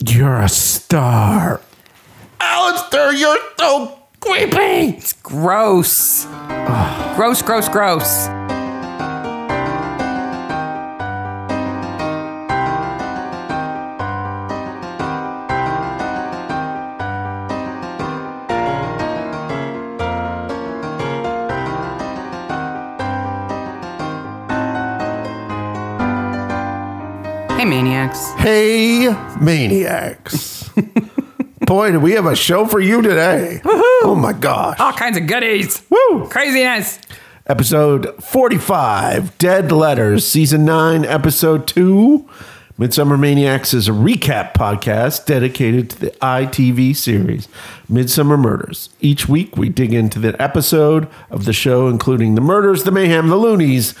You're a star. Alistair, you're so creepy. It's gross. gross, gross, gross. Hey, maniacs. Hey, maniacs. Boy, do we have a show for you today. Oh my gosh. All kinds of goodies. Woo! Craziness. Episode 45, Dead Letters, Season 9, Episode 2. Midsummer Maniacs is a recap podcast dedicated to the ITV series Midsummer Murders. Each week we dig into the episode of the show, including the murders, the mayhem, the loonies.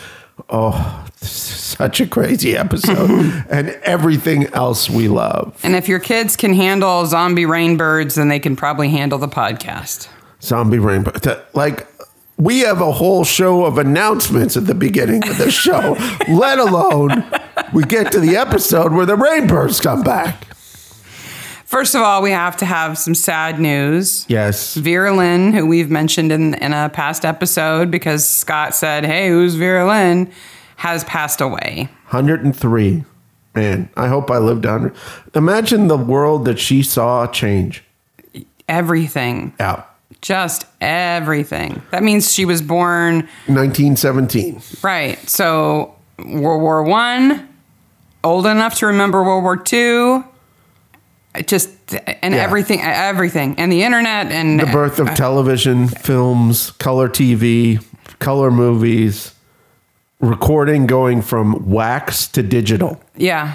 Oh, this is such a crazy episode, and everything else we love. And if your kids can handle zombie rainbirds, then they can probably handle the podcast. Zombie Rainbow. Th- Like, we have a whole show of announcements at the beginning of the show, let alone we get to the episode where the rainbirds come back. First of all, we have to have some sad news. Yes. Vera Lynn, who we've mentioned in, in a past episode because Scott said, Hey, who's Vera Lynn? has passed away. 103. Man, I hope I lived to 100. Imagine the world that she saw change. Everything, Yeah. just everything. That means she was born 1917. Right. So World War One, old enough to remember World War Two, just and Yeah. everything, everything, and the internet, and The birth of television, films, color TV, color movies, recording going from wax to digital. yeah.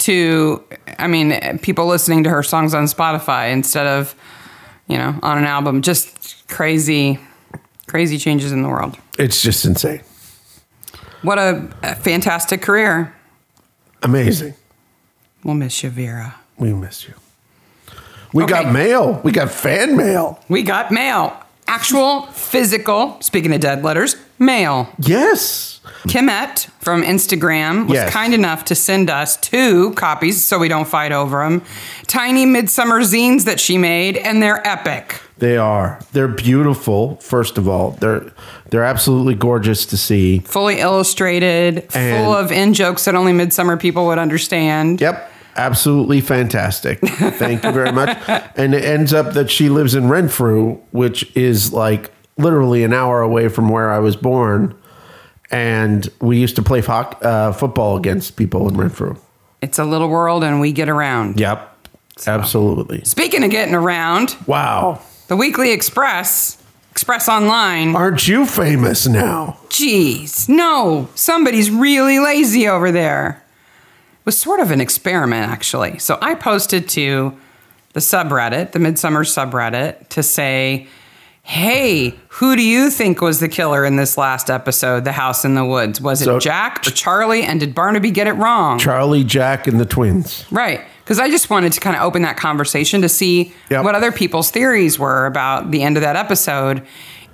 To, I mean, people listening to her songs on Spotify instead of, you know, on an album. Just crazy, crazy changes in the world. It's just insane. What a, a fantastic career. Amazing. We'll miss you, Vera. We miss you. We Okay. got mail. We got fan mail. We got mail. Actual, physical, speaking of dead letters, mail. Yes. Kimette from Instagram was Yes. kind enough to send us two copies so we don't fight over them. Tiny midsummer zines that she made, and they're epic. They are. They're beautiful, first of all. They're they're absolutely gorgeous to see. Fully illustrated, And- full of in jokes that only midsummer people would understand. Yep. Absolutely fantastic. Thank you very much. And it ends up that she lives in Renfrew, which is like literally an hour away from where I was born. And we used to play hoc- uh, football against people in Renfrew. It's a little world, and we get around. Yep. Absolutely. Speaking of getting around, Wow. the Weekly Express, Express Online. Aren't you famous now? Jeez, no, somebody's really lazy over there. It was sort of an experiment, actually. So I posted to the subreddit, the Midsummer subreddit, to say, hey, who do you think was the killer in this last episode, The House in the Woods? Was it So- Jack or Charlie? And did Barnaby get it wrong? Charlie, Jack, and the twins. Right. Because I just wanted to kind of open that conversation to see Yep. what other people's theories were about the end of that episode.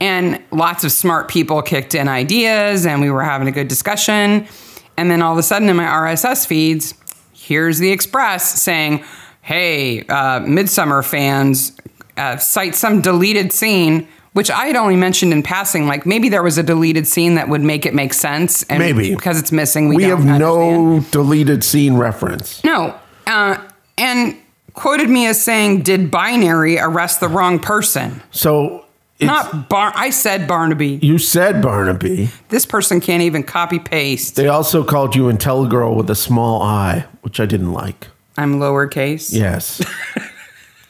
And lots of smart people kicked in ideas, and we were having a good discussion. And then all of a sudden, in my RSS feeds, here's the Express saying, Hey, uh, Midsummer fans, uh, cite some deleted scene, which I had only mentioned in passing. Like maybe there was a deleted scene that would make it make sense. And Maybe. Because it's missing. We, We, don't have understand. no deleted scene reference. No. Uh, and quoted me as saying, Did binary arrest the wrong person? So it's, Not Bar. I said Barnaby. you said Barnaby. This person can't even copy paste. They also called you Intelligirl with a small I, which I didn't like. I'm lowercase. Yes.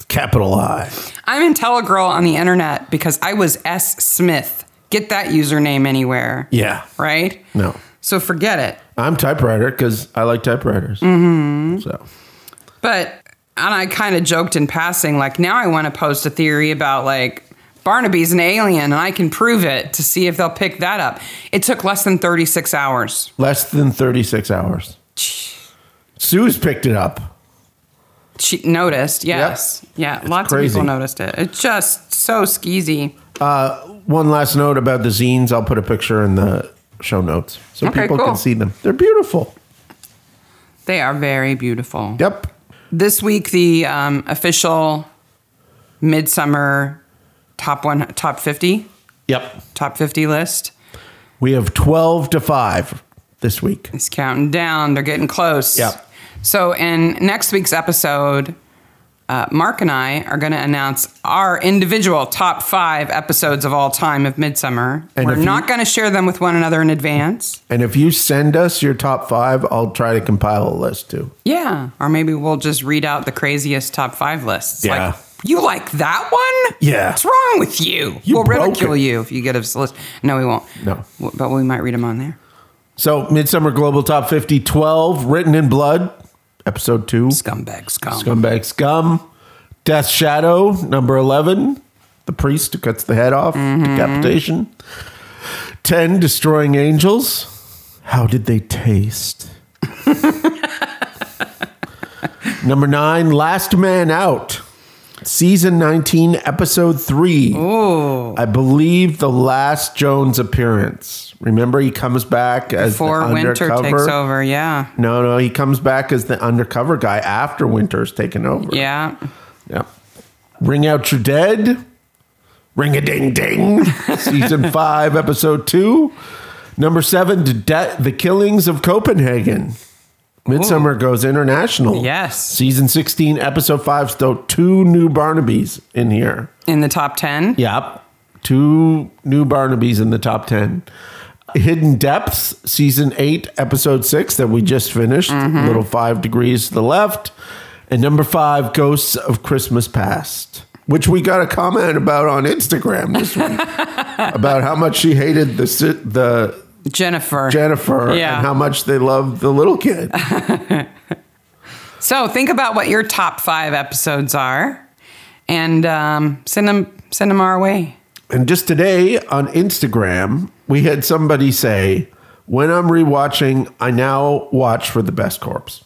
Capital I. I'm IntelliGirl on the internet because I was S. Smith. Get that username anywhere. Yeah. Right? No. So forget it. I'm typewriter because I like typewriters. Mm-hmm. So But and I kind of joked in passing, like now I want to post a theory about like Barnaby's an alien and I can prove it to see if they'll pick that up. It took less than 36 hours. less than 36 hours. Sue's picked it up. She noticed, yes. Yeah, lots crazy. of people noticed it. It's just so skeezy. Uh, One last note about the zines. I'll put a picture in the show notes so Okay, people cool. can see them. They're beautiful. They are very beautiful. Yep. This week, the um, official Midsummer top one, top fifty, Yep. top fifty list We have 12 to 5 this week. is counting down. They're getting close. Yep. So in next week's episode, uh, Mark and I are going to announce our individual top five episodes of all time of Midsummer. And We're if you- not going to share them with one another in advance. And if you send us your top five, I'll try to compile a list too. Yeah. Or maybe we'll just read out the craziest top five lists. Yeah. Like, you like that one? Yeah. What's wrong with you? You we'll broke ridicule it. you if you get us a list. No, we won't. No. W- But we might read them on there. So, Midsummer Global Top 50 12, Written in Blood, Episode 2, Scumbag, scum. Scumbag Scum, Death Shadow, number 11, The Priest Who Cuts the Head Off, Mm-hmm. Decapitation, 10, Destroying Angels, How Did They Taste? number 9, Last Man Out, Season 19, Episode 3. I believe the last Jones appearance. Remember, he comes back as Before the winter takes undercover- over. Yeah. no, no, he comes back as the undercover guy after Winter's taken over. Yeah. Yep. Ring out your dead. Ring a ding ding. Season five, episode two, number seven. The, de- the killings of Copenhagen. Midsummer goes international. Yes. Season sixteen, episode five. Still two new Barnabys in here. In the top 10. Yep. Two new Barnabys in the top 10. Hidden Depths, season eight, episode six, that we just finished, little five degrees to the left. And number five, Ghosts of Christmas Past, which we got a comment about on Instagram this week about how much she hated the, si- the Jennifer. Jennifer Yeah. and how much they loved the little kid. So think about what your top five episodes are, and um, send them send them our way. And just today on Instagram, we had somebody say, "When I'm rewatching, I now watch for the best corpse."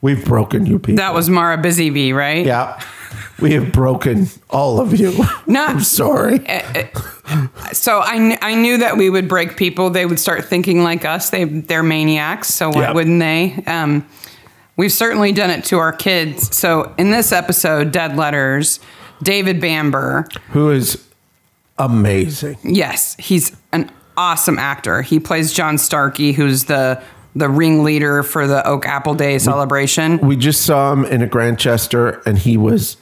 We've broken you people. That was Mara Busybee, right? yeah. We have broken all of you. No. Eh. I'm sorry. So I, kn- I knew that we would break people. They would start thinking like us. They they're maniacs. So why Yeah. wouldn't they? Um, we've certainly done it to our kids. So in this episode, Dead Letters, David Bamber. Who is amazing? Yes, he's an awesome actor. He plays John Starkey, who's the the ringleader for the Oak Apple Day celebration. We just saw him in a Grandchester, and he was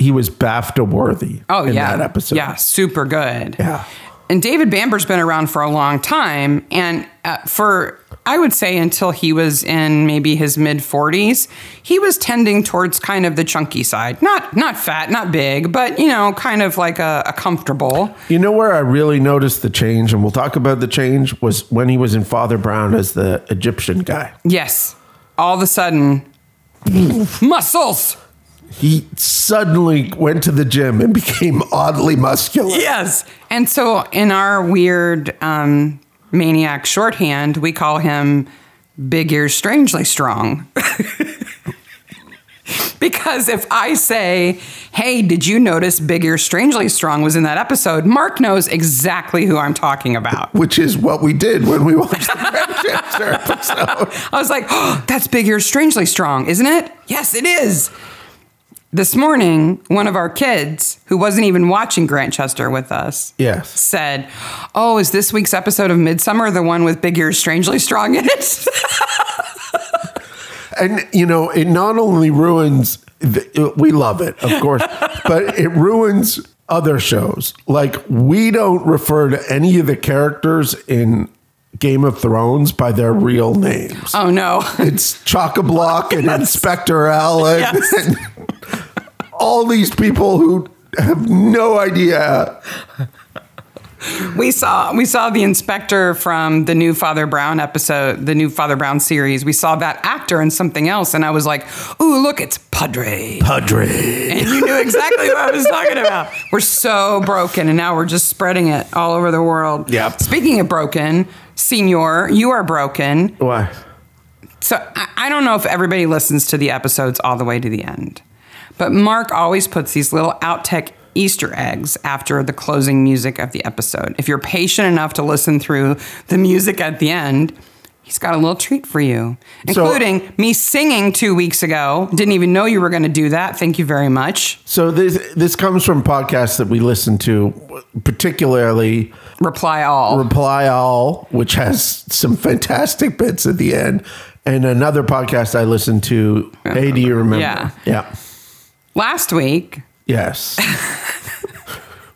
he was BAFTA worthy. Oh in yeah, that episode. Yeah, super good. Yeah. And David Bamber's been around for a long time, and uh, for I would say until he was in maybe his mid forties, he was tending towards kind of the chunky side. Not not fat, not big, but you know, kind of like a, a comfortable. You know where I really noticed the change, and we'll talk about the change was when he was in Father Brown as the Egyptian guy. Yes. All of a sudden, muscles. he suddenly went to the gym and became oddly muscular. Yes. And so in our weird um, maniac shorthand, we call him Big Ears Strangely Strong. because if I say, hey, did you notice Big Ears Strangely Strong was in that episode? Mark knows exactly who I'm talking about. Which is what we did when we watched the Manchester episode. I was like, oh, that's Big Ears Strangely Strong, isn't it? Yes, it is. This morning, one of our kids, who wasn't even watching Grantchester with us, Yes. said, Oh, is this week's episode of Midsummer the one with Big Ears Strangely Strong in it? And, you know, it not only ruins, the, we love it, of course, but it ruins other shows. Like, we don't refer to any of the characters in Game of Thrones by their real names. oh, no. It's Block and Inspector Allen Yes. and all these people who have no idea We saw we saw the inspector from the new Father Brown episode, the new Father Brown series. We saw that actor in something else, and I was like, "Ooh, look, it's Padre." Padre. And you knew exactly what I was talking about. We're so broken, and now we're just spreading it all over the world. Yep. Speaking of broken, Senor, you are broken. Why? So I, I don't know if everybody listens to the episodes all the way to the end, but Mark always puts these little outtake Easter eggs after the closing music of the episode. If you're patient enough to listen through the music at the end, He's got a little treat for you, So- including me singing two weeks ago. Didn't even know you were going to do that. Thank you very much. So this this comes from podcasts that we listen to, particularly Reply all. Reply All, which has some fantastic bits at the end, and another podcast I listen to. Hey, do you remember? Yeah. Yeah. Last week, Yes.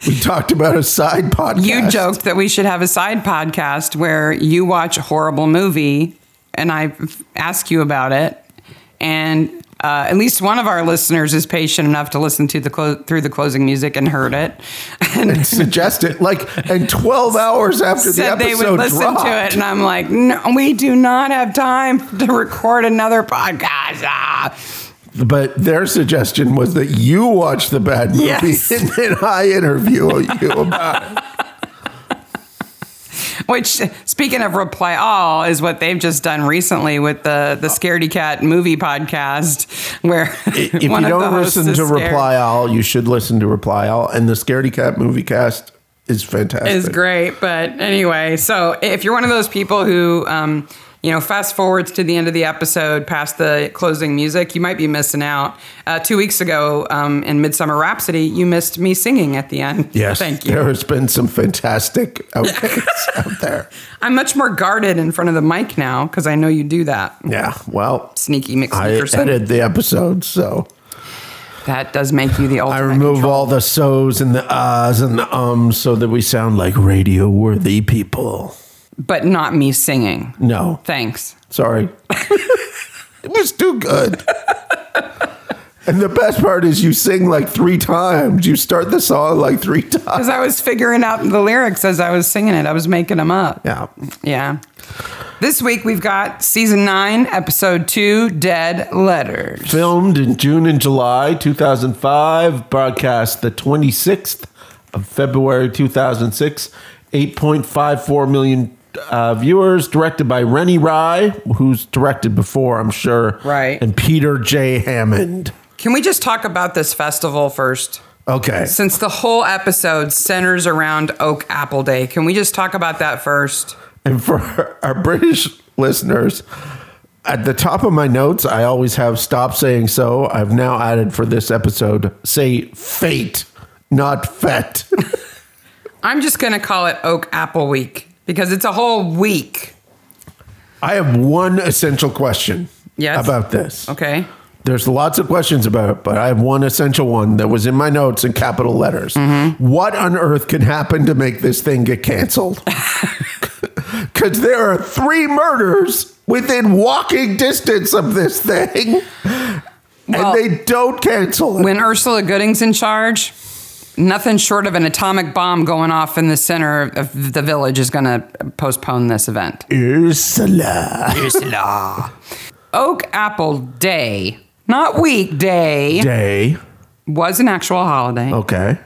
we talked about a side podcast. you joked that we should have a side podcast where you watch a horrible movie and I ask you about it. And uh, at least one of our listeners is patient enough to listen to the clo- through the closing music and heard it. And and suggested like and 12 hours after the said episode they would listen dropped. to it, and I'm like, no, we do not have time to record another podcast. Ah. But their suggestion was that you watch the bad movie Yes. and then I interview you about it. Which, speaking of reply all, is what they've just done recently with the the Scaredy Cat movie podcast, where If you don't listen to Reply All, you should listen to Reply All. And the Scaredy Cat movie cast is fantastic. is great. But anyway, so if you're one of those people who, um, you know, fast forwards to the end of the episode, past the closing music, you might be missing out. Uh, two weeks ago um, in Midsummer Rhapsody, you missed me singing at the end. Yes. thank you. There has been some fantastic outtakes out there. I'm much more guarded in front of the mic now because I know you do that. Yeah. Well, Sneaky I McSneakerson. edited the episode, so That does make you the ultimate. I remove all the so's and the uhs and the ums so that we sound like radio worthy people. but not me singing. No, Thanks. sorry. it was too good. And the best part is you sing like three times. You start the song like three times. Because I was figuring out the lyrics as I was singing it, I was making them up. Yeah. Yeah. This week we've got season nine, episode two Dead Letters. Filmed in June and July 2005, broadcast the 26th of February 2006, 8.54 million uh, viewers, directed by Rennie Rye, who's directed before, I'm sure. Right. And Peter J. Hammond. Can we just talk about this festival first? Okay. Since the whole episode centers around Oak Apple Day, can we just talk about that first? And for our British listeners, at the top of my notes, I always have stop saying so. I've now added for this episode, say fate, not fet. I'm just going to call it Oak Apple Week because it's a whole week. I have one essential question Yes. about this. Okay. There's lots of questions about it, but I have one essential one that was in my notes in capital letters. Mm-hmm. What on earth can happen to make this thing get canceled? Because there are three murders within walking distance of this thing, Well- and they don't cancel it. When Ursula Gooding's in charge, nothing short of an atomic bomb going off in the center of the village is going to postpone this event. Ursula. Oak Apple Day, not weekday, Day. was an actual holiday. Okay.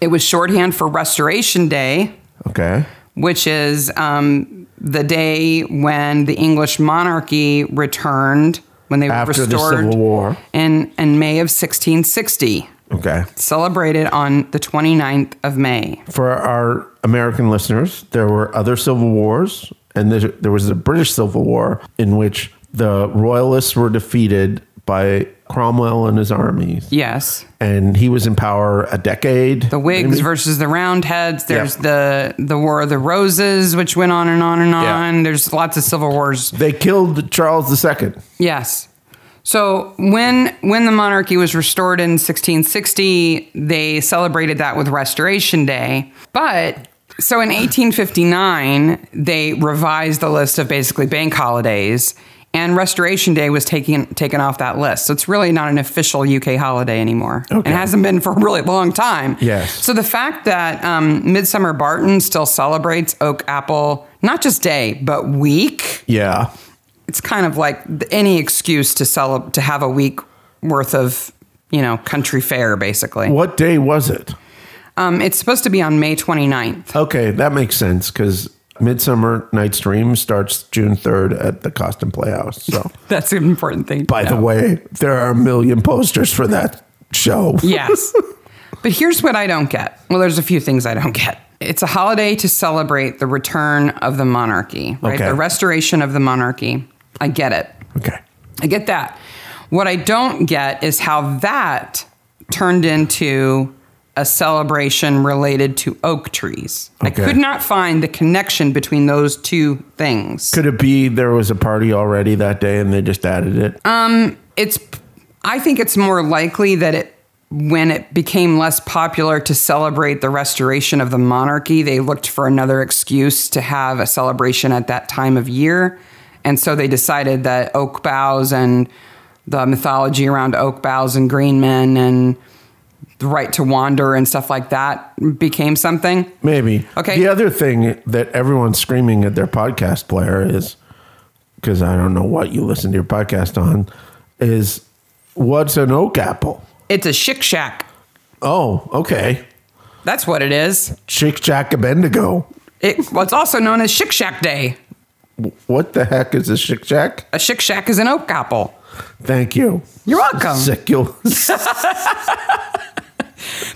It was shorthand for Restoration Day, Okay. which is um, the day when the English monarchy returned when they After were the restored Civil War. in in May of 1660. Okay. Celebrated on the 29th of May. for our American listeners, there were other civil wars, and there, there was the British Civil War in which the Royalists were defeated by Cromwell and his armies, Yes. and he was in power a decade. the Whigs maybe? versus the Roundheads. There's Yeah. the the War of the Roses, which went on and on and Yeah. on. There's lots of civil wars. they killed Charles II. Yes. So when when the monarchy was restored in 1660, they celebrated that with Restoration Day. But so in 1859, they revised the list of basically bank holidays, and Restoration Day was taken taken off that list. So it's really not an official UK holiday anymore. Okay. It hasn't been for a really long time. Yes. So the fact that um, Midsummer Barton still celebrates Oak Apple, not just day, but week Yeah, it's kind of like th- any excuse to sell to have a week worth of you know country fair basically what day was it? um, it's supposed to be on may 29th Okay, that makes sense because Midsummer Night's Dream starts June third at the Costin Playhouse. So, that's an important thing by the way, there are a million posters for that show. yes but here's what i don't get well there's a few things i don't get It's a holiday to celebrate the return of the monarchy, right? Okay. The restoration of the monarchy. I get it. Okay. I get that. What I don't get is how that turned into a celebration related to oak trees. Okay. I could not find the connection between those two things. Could it be there was a party already that day and they just added it? Uh, it's I think it's more likely that it when it became less popular to celebrate the restoration of the monarchy, they looked for another excuse to have a celebration at that time of year. And so they decided that oak boughs and the mythology around oak boughs and green men and the right to wander and stuff like that became something. Maybe. Okay. The other thing that everyone's screaming at their podcast player is because I don't know what you listen to your podcast on is what's an oak apple? It's a shik shack. Oh, okay. That's what it is. Chick Jack Abendigo. It, well, it's also known as shik shack day. What the heck is a Chick Jack? A shik shack is an oak apple. Thank you. You're welcome. Sick. You'll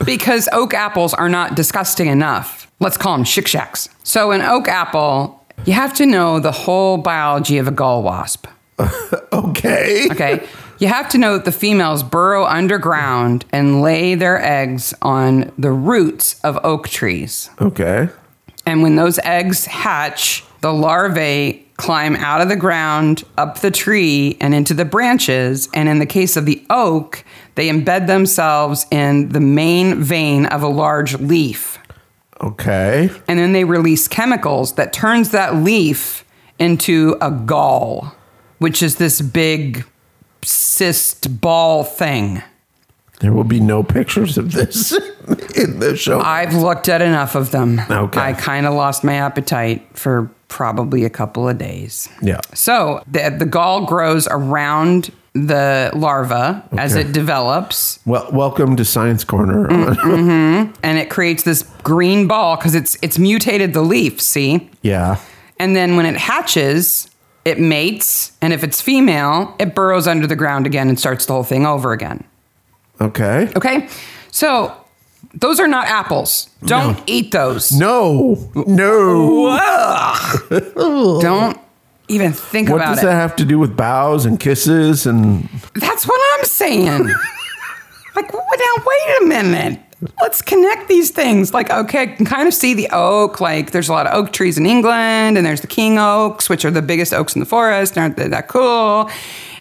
because oak apples are not disgusting enough. Let's call them shik shaks. So, an oak apple, you have to know the whole biology of a gull wasp. okay. Okay. you have to know that the females burrow underground and lay their eggs on the roots of oak trees. Okay. And when those eggs hatch, the larvae climb out of the ground, up the tree, and into the branches. And in the case of the oak, they embed themselves in the main vein of a large leaf. Okay. And then they release chemicals that turns that leaf into a gall, which is this big cyst ball thing. There will be no pictures of this in the show. I've looked at enough of them. Okay. I kind of lost my appetite for probably a couple of days. yeah. So the, the gall grows around the larva as Okay. it develops Well, welcome to Science Corner. and it creates this green ball because it's it's mutated the leaf, see? yeah. And then when it hatches, it mates, and if it's female, it burrows under the ground again and starts the whole thing over again. Okay. Okay? So those are not apples. Don't eat those. No. No. Don't even think What about does it. that have to do with bows and kisses and That's what I'm saying. like, well, now wait a minute. Let's connect these things. Like, okay, I can kind of see the oak. Like, there's a lot of oak trees in England, and there's the king oaks, which are the biggest oaks in the forest. and Aren't they that cool?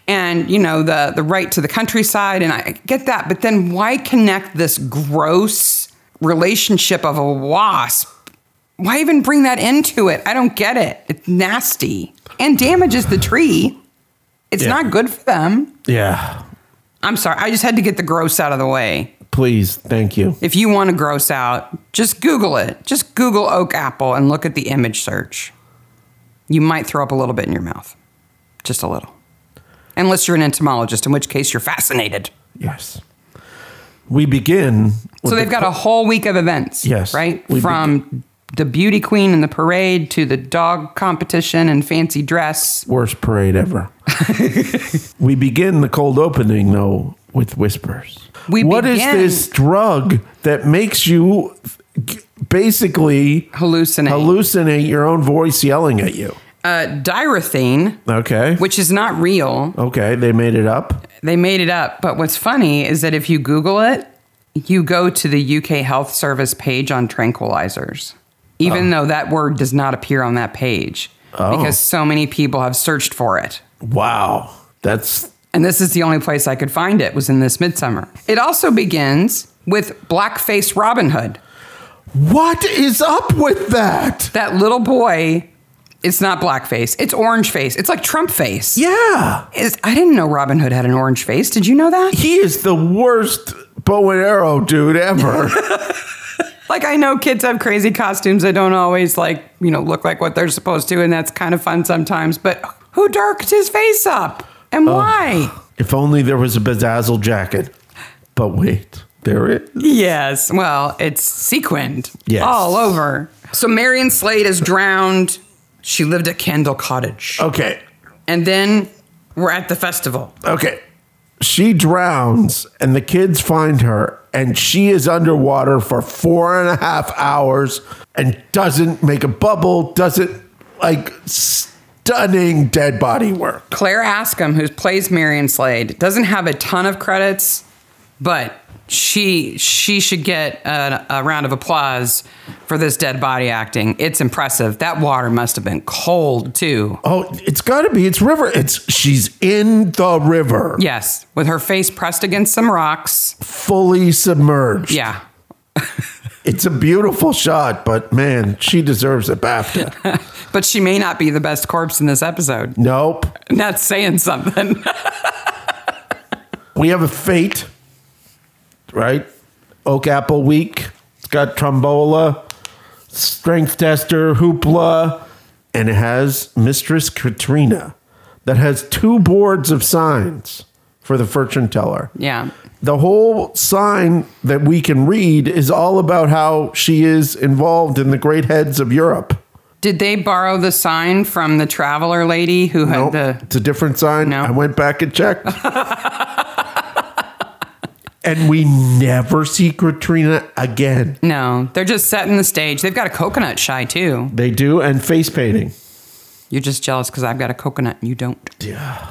And you know the the right to the countryside, and I get that. But then why connect this gross relationship of a wasp? Why even bring that into it? I don't get it. It's nasty and damages the tree. It's Yeah. not good for them. Yeah. I'm sorry. I just had to get the gross out of the way. Please, thank you. If you want to gross out, just Google it. Just Google oak apple and look at the image search. You might throw up a little bit in your mouth, just a little. Unless you're an entomologist, in which case you're fascinated. Yes. We begin with so they've got a whole week of events. Yes, Right? we From the beauty queen and the parade to the dog competition and fancy dress. worst parade ever. we begin the cold opening though with whispers. We What is begin- this drug that makes you g- basically Hallucinate. hallucinate your own voice yelling at you? uh, dyrethane, Okay. which is not real. okay, they made it up. They made it up. But what's funny is that if you Google it, you go to the UK Health Service page on tranquilizers, even though that word does not appear on that page because so many people have searched for it. Wow. That's And this is the only place I could find it was in this midsummer. It also begins with Blackface Robin Hood. What is up with that? That little boy, it's not blackface, it's orange face. It's like Trump face. Yeah. Is, I didn't know Robin Hood had an orange face. Did you know that? He is the worst bow and arrow dude ever. Like I know kids have crazy costumes that don't always like, you know, look like what they're supposed to, and that's kind of fun sometimes, but who darked his face up? And why? If only there was a bedazzled jacket. But wait, there it. Yes. Well, it's sequined Yes. all over. So Marion Slade is drowned. She lived Oh. at Candle Cottage. Okay, And then we're at the festival. okay. she drowns and the kids find her and she is underwater for four and a half hours and doesn't make a bubble, doesn't like stunning dead body work. Claire Askham, who plays Marion Slade, doesn't have a ton of credits, but she she should get a, a round of applause for this dead body acting. It's impressive. That water must have been cold too. Oh, it's got to be. It's river. It's she's in the river, Yes, with her face pressed against some rocks. fully submerged. Yeah, It's a beautiful shot, but man, she deserves a BAFTA. but she may not be the best corpse in this episode. nope. That's saying something. We have a fate, right? Oak Apple Week. It's got Trombola, Strength Tester, Hoopla, and it has Mistress Katrina that has two boards of signs for the fortune teller. yeah, the whole sign that we can read is all about how she is involved in the great heads of Europe. did they borrow the sign from the traveler lady who had Nope, the? it's a different sign. No. I went back and checked. and we never see Katrina again. No, they're just setting the stage. They've got a coconut shy too. They do, and face painting. You're just jealous because I've got a coconut and you don't. Yeah.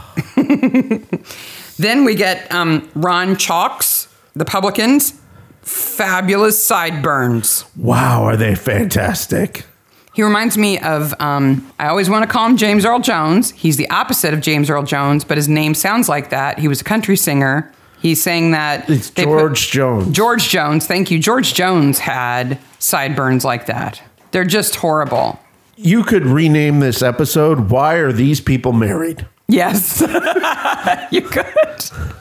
then we get um, Ron Chalks, the Publicans, fabulous sideburns. Wow, are they fantastic? He reminds me of, um, I always want to call him James Earl Jones. He's the opposite of James Earl Jones, but his name sounds like that. He was a country singer. He's saying that. It's they put- George Jones. George Jones, thank you. George Jones had sideburns like that. They're just horrible. You could rename this episode Why Are These People Married? Yes. you could.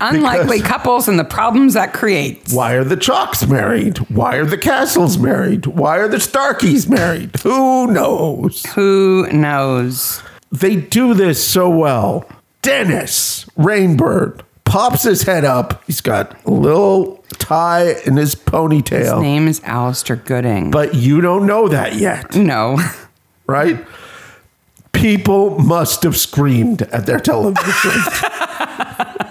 Unlikely couples and the problems that creates. Why are the Chalks married? Why are the Castles married? Why are the Starkeys married? Who knows? Who knows? They do this so well. Dennis Rainbird pops his head up. He's got a little tie in his ponytail, His name is Alistair Gooding. Oh. but you don't know that yet, no. right? People must have screamed at their television.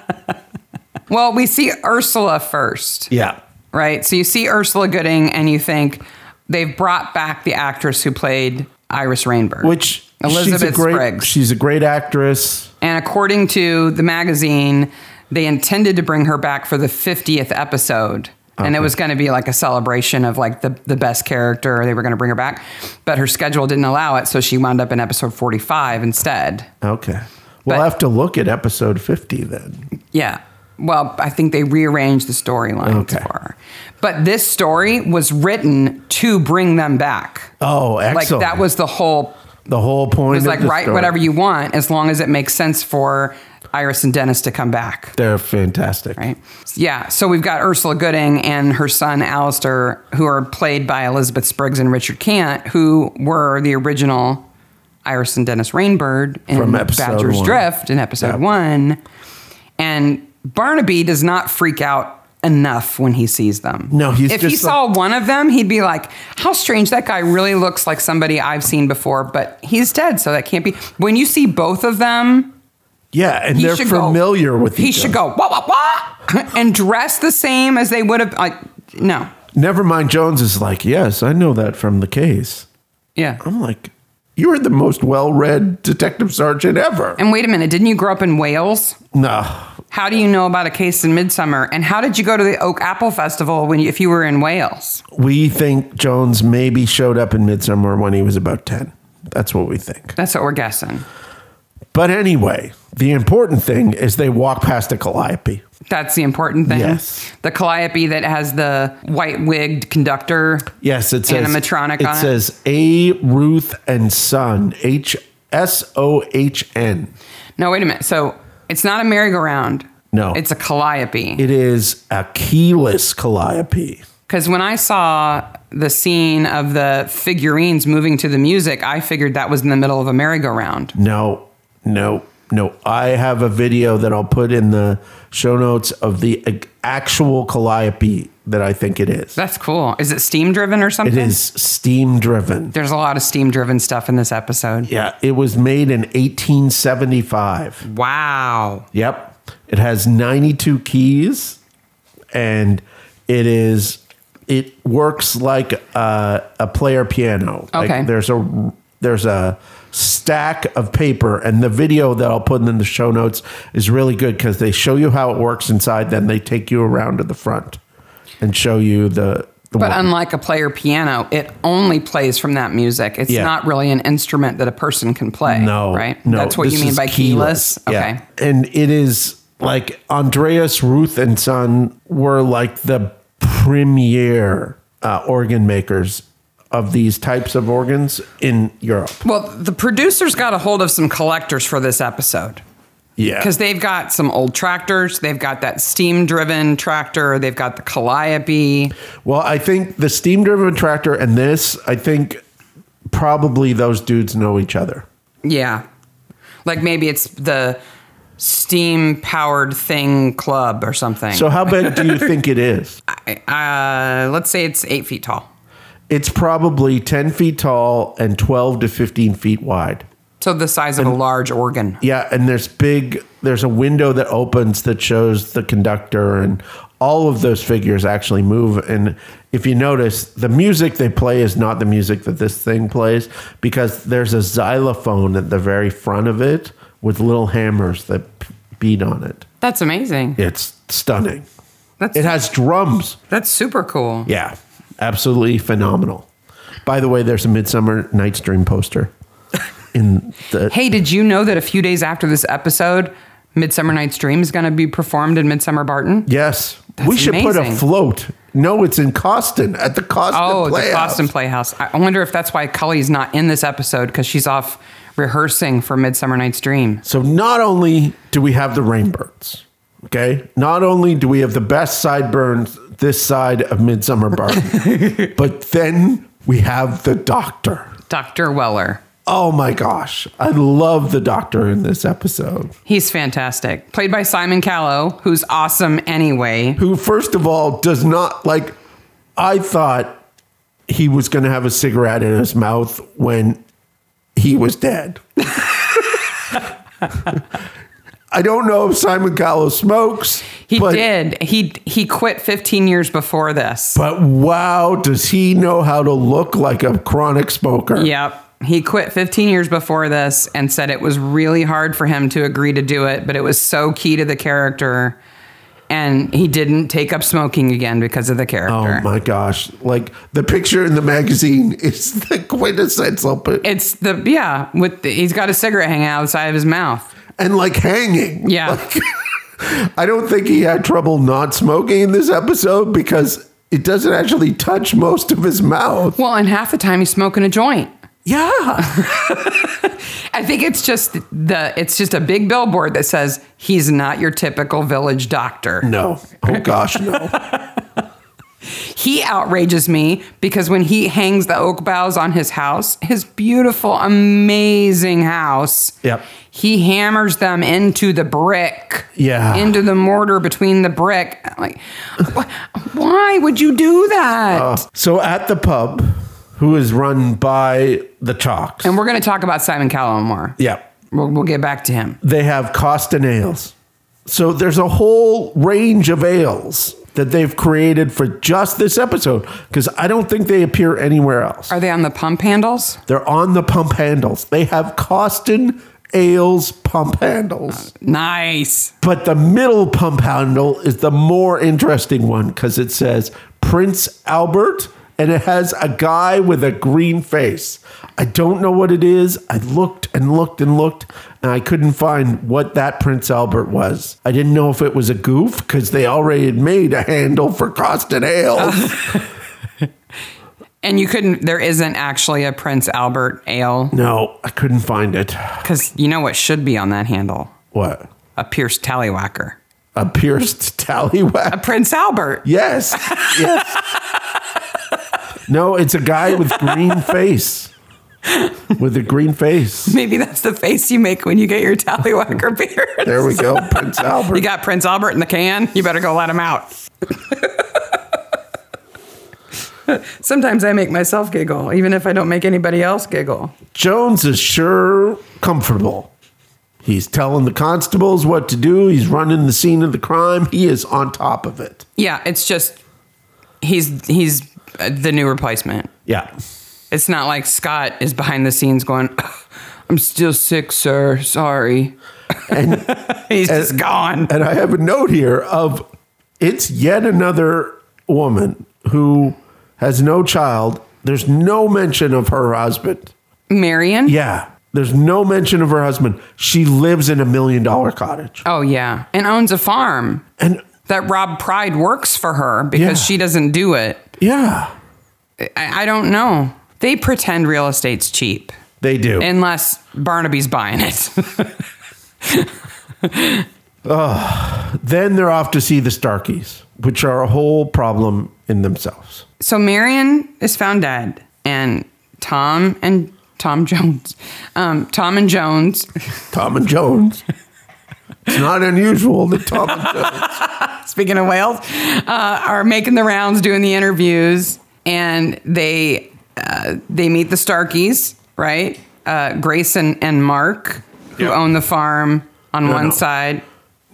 Well, we see Ursula first, yeah. right? So you see Ursula Gooding and you think they've brought back the actress who played Iris Rainbird. Which she's a Elizabeth great, Spriggs. She's a great actress. And according to the magazine, they intended to bring her back for the 50th episode. And it was going to be like a celebration of like the, the best character. They were going to bring her back, but her schedule didn't allow it. So she wound up in episode 45 instead. Okay. We'll But- have to look at episode 50 then. Yeah. Well, I think they rearranged the storyline Okay. for her. But this story was written to bring them back. Oh, Like excellent. that was the whole, the whole point. it was of like the write story. whatever you want as long as it makes sense for Iris and Dennis to come back. They're fantastic. right? Yeah. So we've got Ursula Gooding and her son Alistair, who are played by Elizabeth Spriggs and Richard Cant, who were the original Iris and Dennis Rainbird in From episode Badger's one. Drift in episode Yeah. one. And Barnaby does not freak out enough when he sees them. No, he's if he just saw one of them, he'd be like, "How strange! That guy really looks like somebody I've seen before, but he's dead, so that can't be." When you see both of them, Yeah, and he they're should go- familiar with He each should other. go wah wah wah and dress the same as they would have. Like no, Never mind. Jones is like, yes, I know that from the case. yeah. I'm like, you are the most well-read detective sergeant ever. And wait a minute, didn't you grow up in Wales? No, How do you know about a case in Midsummer? And how did you go to the Oak Apple Festival when you, if you were in Wales? we think Jones maybe showed up in Midsummer when he was about ten. That's what we think. That's what we're guessing. But anyway, the important thing is they walk past a calliope. That's the important thing. Yes. The calliope that has the white wigged conductor. Yes, it says Animatronic It on it? says A. Ruth and Son H S O H N. No, wait a minute. So it's not a merry-go-round. No. It's a calliope. It is a keyless calliope. Because when I saw the scene of the figurines moving to the music, I figured that was in the middle of a merry-go-round. No, no, no. I have a video that I'll put in the show notes of the ac- actual calliope that I think it is. That's cool. Is it steam driven or It something? is steam driven. There's a lot of steam driven stuff in this episode. Yeah, it was made in 1875. Wow. Yep. It has 92 keys and it is it works like a, a player piano. Okay. Like there's a there's a stack of paper and the video that I'll put in the show notes is really good cuz they show you how it works inside then they take you around to the front and show you the the But one. unlike a player piano, it only plays from that music. It's Yeah. not really an instrument that a person can play. No, Right? No, That's what you this mean is by keyless. Yeah. Okay. and it is like Andreas Ruth and Son were like the premier uh, organ makers of these types of organs in Europe. Well, the producers got a hold of some collectors for this episode Yeah, because they've got some old tractors. They've got that steam driven tractor. They've got the Calliope. well, I think the steam-driven tractor and this, I think probably those dudes know each other. Yeah. Like maybe it's the steam powered thing club or something. So, how big do you think it is? uh, let's say it's eight feet tall. It's probably ten feet tall and twelve to fifteen feet wide. So the size of a large organ. Yeah, and there's big there's a window that opens that shows the conductor and all of those figures actually move and if you notice the music they play is not the music that this thing plays because there's a xylophone at the very front of it with little hammers that p- beat on it. That's amazing. It's stunning. That's It has drums. that's super cool. Yeah. Absolutely phenomenal. By the way, there's a Midsummer Night's Dream poster in the Hey, did you know that a few days after this episode, Midsummer Night's Dream is going to be performed in Midsummer Barton? Yes. That's we should put a amazing. float. No, it's in Costin at the Costin Oh, Playhouse. the Boston Playhouse. I I wonder if that's why Cully's not in this episode because she's off rehearsing for Midsummer Night's Dream. So not only do we have the Rainbirds, okay? Not only do we have the best sideburns this side of Midsummer Barton, but then we have the Doctor. Dr. Weller. Oh my gosh. I love the Doctor in this episode. He's fantastic. Played by Simon Callow, who's awesome anyway. Who, first of all, does not like, I thought he was going to have a cigarette in his mouth when he was dead. I don't know if Simon Gallo smokes. He but, did. He he quit 15 years before this. But wow, does he know how to look like a chronic smoker? Yep. He quit 15 years before this and said it was really hard for him to agree to do it, but it was so key to the character. And he didn't take up smoking again because of the character. Oh my gosh. Like the picture in the magazine is the quintessential, but, It's the, yeah, with the, he's got a cigarette hanging out of the side of his mouth. and like hanging. Yeah. Like, I don't think he had trouble not smoking in this episode because it doesn't actually touch most of his mouth. Well, and half the time he's smoking a joint. Yeah. I think it's just the, it's just a big billboard that says he's not your typical village doctor. No. Oh gosh, no. He outrages me because when he hangs the oak boughs on his house, his beautiful, amazing house, Yep. he hammers them into the brick. Yeah. Into the mortar between the brick. I'm Like, wh- why would you do that? So at the pub, who is run by the Chalks. and we're going to talk about Simon Cowell more. yeah. We'll, we'll get back to him. They have Costa Nails. So there's a whole range of ales that they've created for just this episode because I don't think they appear anywhere else. Are they on the pump handles? They're on the pump handles. They have Costin Ales pump handles. Nice. But the middle pump handle is the more interesting one because it says Prince Albert and it has a guy with a green face. I don't know what it is. I looked and looked and looked and I couldn't find what that Prince Albert was. I didn't know if it was a goof because they already had made a handle for Costin Ale. And you couldn't, there isn't actually a Prince Albert ale no, I couldn't find it. because you know what should be on that handle? What? A Pierce Tallywhacker. A pierced tallywhack? Prince Albert. Yes. Yes. no, it's a guy with green face. With a green face. Maybe that's the face you make when you get your tallywhacker beard. There we go, Prince You Albert. got Prince Albert in the can. You better go let him out. Sometimes I make myself giggle, even if I don't make anybody else giggle. Jones is sure comfortable. He's telling the constables what to do. He's running the scene of the crime. He is on top of it. Yeah, it's just he's he's uh, the new replacement. Yeah. It's not like Scott is behind the scenes going, "I'm still sick, sir. Sorry." Uh, And He's just gone. and I have a note here of it's yet another woman who has no child. There's no mention of her husband. Marion? Yeah. There's no mention of her husband. She lives in a million dollar cottage. Oh yeah, and owns a farm And that Rob Pride works for her because Yeah. she doesn't do it. yeah, I, I don't know. They pretend real estate's cheap they do. unless Barnaby's buying it. then they're off to see the Starkeys, which are a whole problem in themselves. so Marion is found dead, and Tom and Tom Jones, um, Tom and Jones, Tom and Jones. it's not unusual that Tom and Jones. speaking of whales, uh, are making the rounds, doing the interviews, and they uh, they meet the Starkeys, right? Uh, Grace and, and Mark, who Yeah. own the farm on one no. side.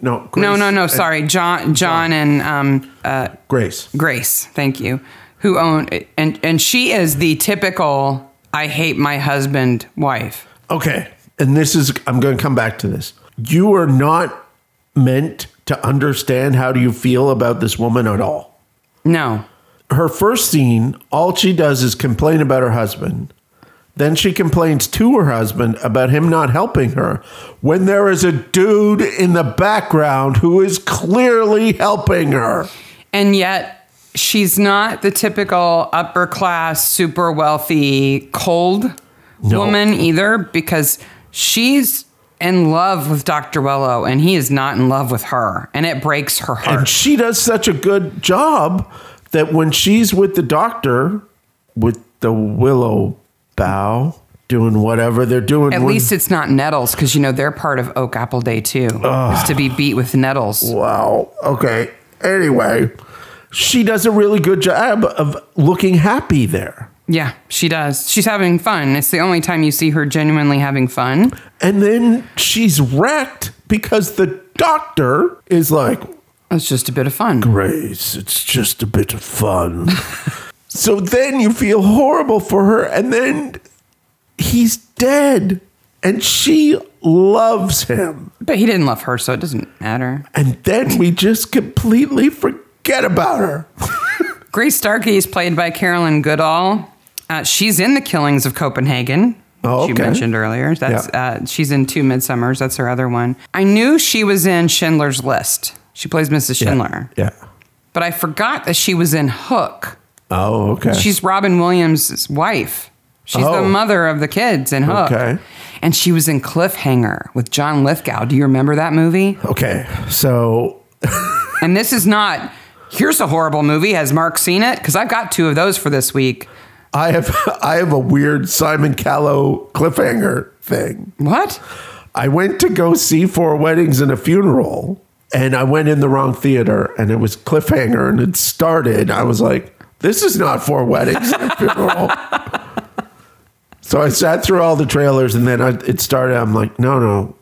No, Grace No, no, no. and- Sorry, John, John, and um, uh, Grace. Grace. Thank you. Who own and and she is the typical I hate my husband wife. Okay. And this is, I'm going to come back to this. You are not meant to understand how do you feel about this woman at all. No, Her first scene, all she does is complain about her husband. Then she complains to her husband about him not helping her when there is a dude in the background who is clearly helping her. and yet she's not the typical upper class, super wealthy, cold No. woman either, because she's in love with Dr. Wello, and he is not in love with her, and it breaks her And heart. she does such a good job that when she's with the doctor with the willow bough doing whatever they're doing At when- least it's not nettles, because you know they're part of Oak Apple Day too. Is to be beat with nettles. wow okay anyway she does a really good job of looking happy there Yeah, she does. She's having fun. It's the only time you see her genuinely having fun. and then she's wrecked because the doctor is like It's just a bit of fun. Grace, it's just a bit of fun. so then you feel horrible for her, and then he's dead, and she loves him. But he didn't love her, so it doesn't matter. And then we just completely forget about her. Grace Starkey is played by Carolyn Goodall. Uh, she's in The Killings of Copenhagen. Oh, She okay. mentioned earlier. That's Yeah. uh, she's in Two Midsummers. That's her other one. I knew she was in Schindler's List. She plays Mrs. Schindler, Yeah. but I forgot that she was in Hook. Oh, okay. She's Robin Williams' wife. She's Oh. the mother of the kids in Hook. Okay. And she was in Cliffhanger with John Lithgow. Do you remember that movie? okay. So And this is not, here's a horrible movie. Has Mark seen it? Because I've got two of those for this week. I have I have a weird Simon Callow cliffhanger thing. What? I went to go see Four Weddings and a Funeral, and I went in the wrong theater, and it was cliffhanger, and it started. I was like, "This is not Four Weddings and a Funeral." so I sat through all the trailers, and then I, it started. I'm like, "No, no,"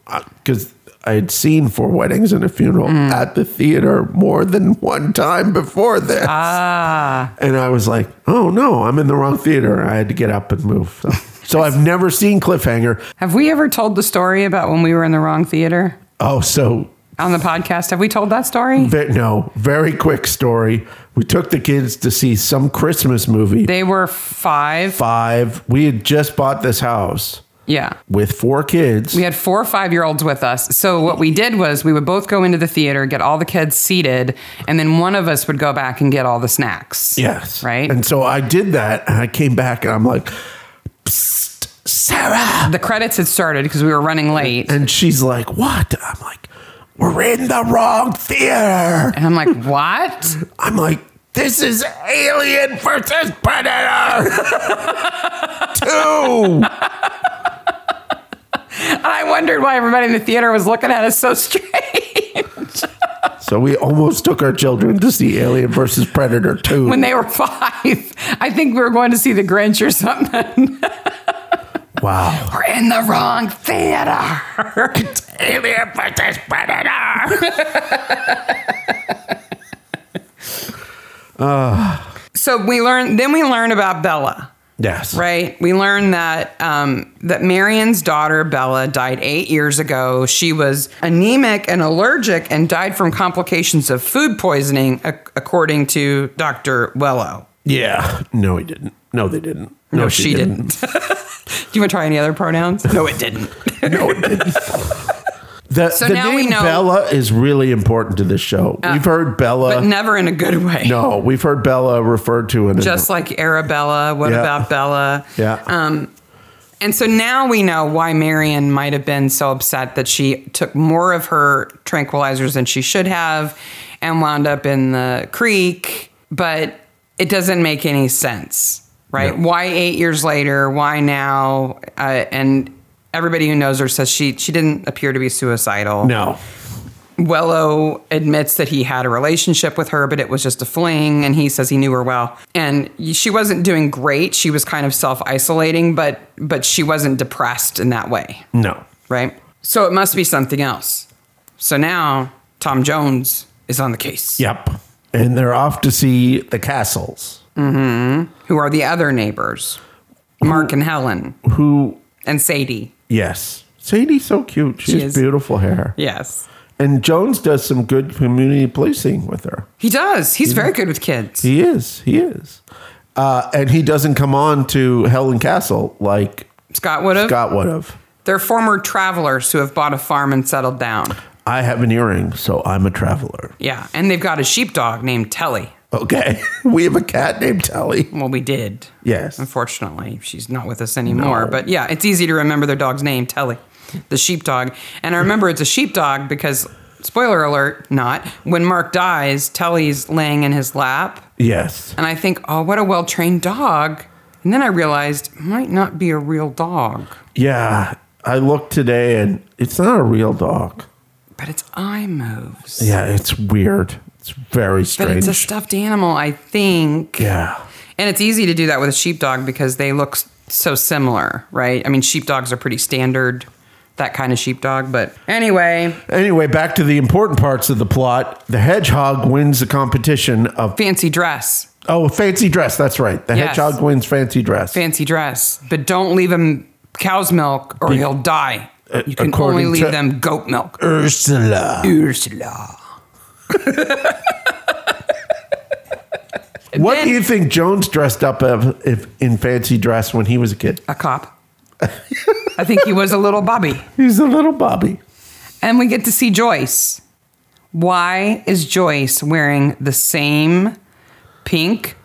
because I had seen Four Weddings and a Funeral at the theater more than one time before this, and I was like, "Oh no, I'm in the wrong theater." I had to get up and move. So, so I've never seen cliffhanger. Have we ever told the story about when we were in the wrong theater Oh, so on the podcast? Have we told that story? Ve- no, very quick story. We took the kids to see some Christmas movie. They were five. Five. We had just bought this house Yeah. with four kids. We had four five year olds with us. So, what we did was we would both go into the theater, get all the kids seated, and then one of us would go back and get all the snacks. yes. Right? And so I did that, and I came back, and I'm like, Psst, Sarah. the credits had started because we were running late. And she's like, What? I'm like, We're in the wrong theater. And I'm like, what? I'm like, This is Alien versus Predator. Two. And I wondered why everybody in the theater was looking at us so strange So we almost took our children to see Alien versus Predator 2. when they were five. I think we were going to see The Grinch or something. Wow. We're in the wrong theater. Alien versus predator. so we learn. Then we learn about Bella. Yes. Right. We learn that um, that Marion's daughter Bella died eight years ago. She was anemic and allergic and died from complications of food poisoning, ac- according to Dr. Wellow. Yeah. No, he didn't. No, they didn't. No, she, didn't. Do you want to try any other pronouns? No, it didn't. No, it didn't. The, So the now we name know- Uh, Bella is really important to this show. we've heard Bella. but never in a good way. no, we've heard Bella referred to in a- Just like Arabella, what Yeah. about Bella? Um, yeah. And so now we know why Marion might have been so upset that she took more of her tranquilizers than she should have and wound up in the creek, but it doesn't make any sense, right? No. Why eight years later? Why now? Uh, and everybody who knows her says she, she didn't appear to be suicidal. no. Wello admits that he had a relationship with her, but it was just a fling, and he says he knew her well. And she wasn't doing great. She was kind of self-isolating, but but she wasn't depressed in that way, No. right? So it must be something else. So now Tom Jones is on the case, Yep. And they're off to see the castles, who are the other neighbors, Mark and Helen who and Sadie. Yes. Sadie's so cute. She, She has is. beautiful hair. Yes. And Jones does some good community policing with her. He does. He's very good with kids. He is. He is. Uh, and he doesn't come on to Helen Castle like Scott would have. Scott would have. They're former travelers who have bought a farm and settled down. I have an earring, so I'm a traveler. Yeah, and they've got a sheepdog named Telly. Okay. we have a cat named Telly. Well, we did. Yes. Unfortunately, she's not with us anymore. But yeah, it's easy to remember their dog's name, Telly, the sheepdog. And I remember it's a sheepdog because, spoiler alert, not when Mark dies, Telly's laying in his lap, Yes. and I think, oh, what a well-trained dog. And then I realized it might not be a real dog, Yeah. I looked today and it's not a real dog. but its eye moves. Yeah, it's weird. It's very But strange. it's a stuffed animal, I think. yeah. And it's easy to do that with a sheepdog because they look s- so similar, right? I mean, sheepdogs are pretty standard, that kind of sheepdog. But anyway, Anyway, back to the important parts of the plot. The hedgehog wins the competition of fancy dress, oh, fancy dress. That's right. The Yes. hedgehog wins fancy dress. fancy dress. But don't leave him cow's milk or he'll die. You can only according leave to- them goat milk. Ursula. Ursula. What then- do you think Jones dressed up of if in fancy dress when he was a kid? A cop. I think he was a little Bobby. He's a little Bobby. And we get to see Joyce. Why is Joyce wearing the same pink,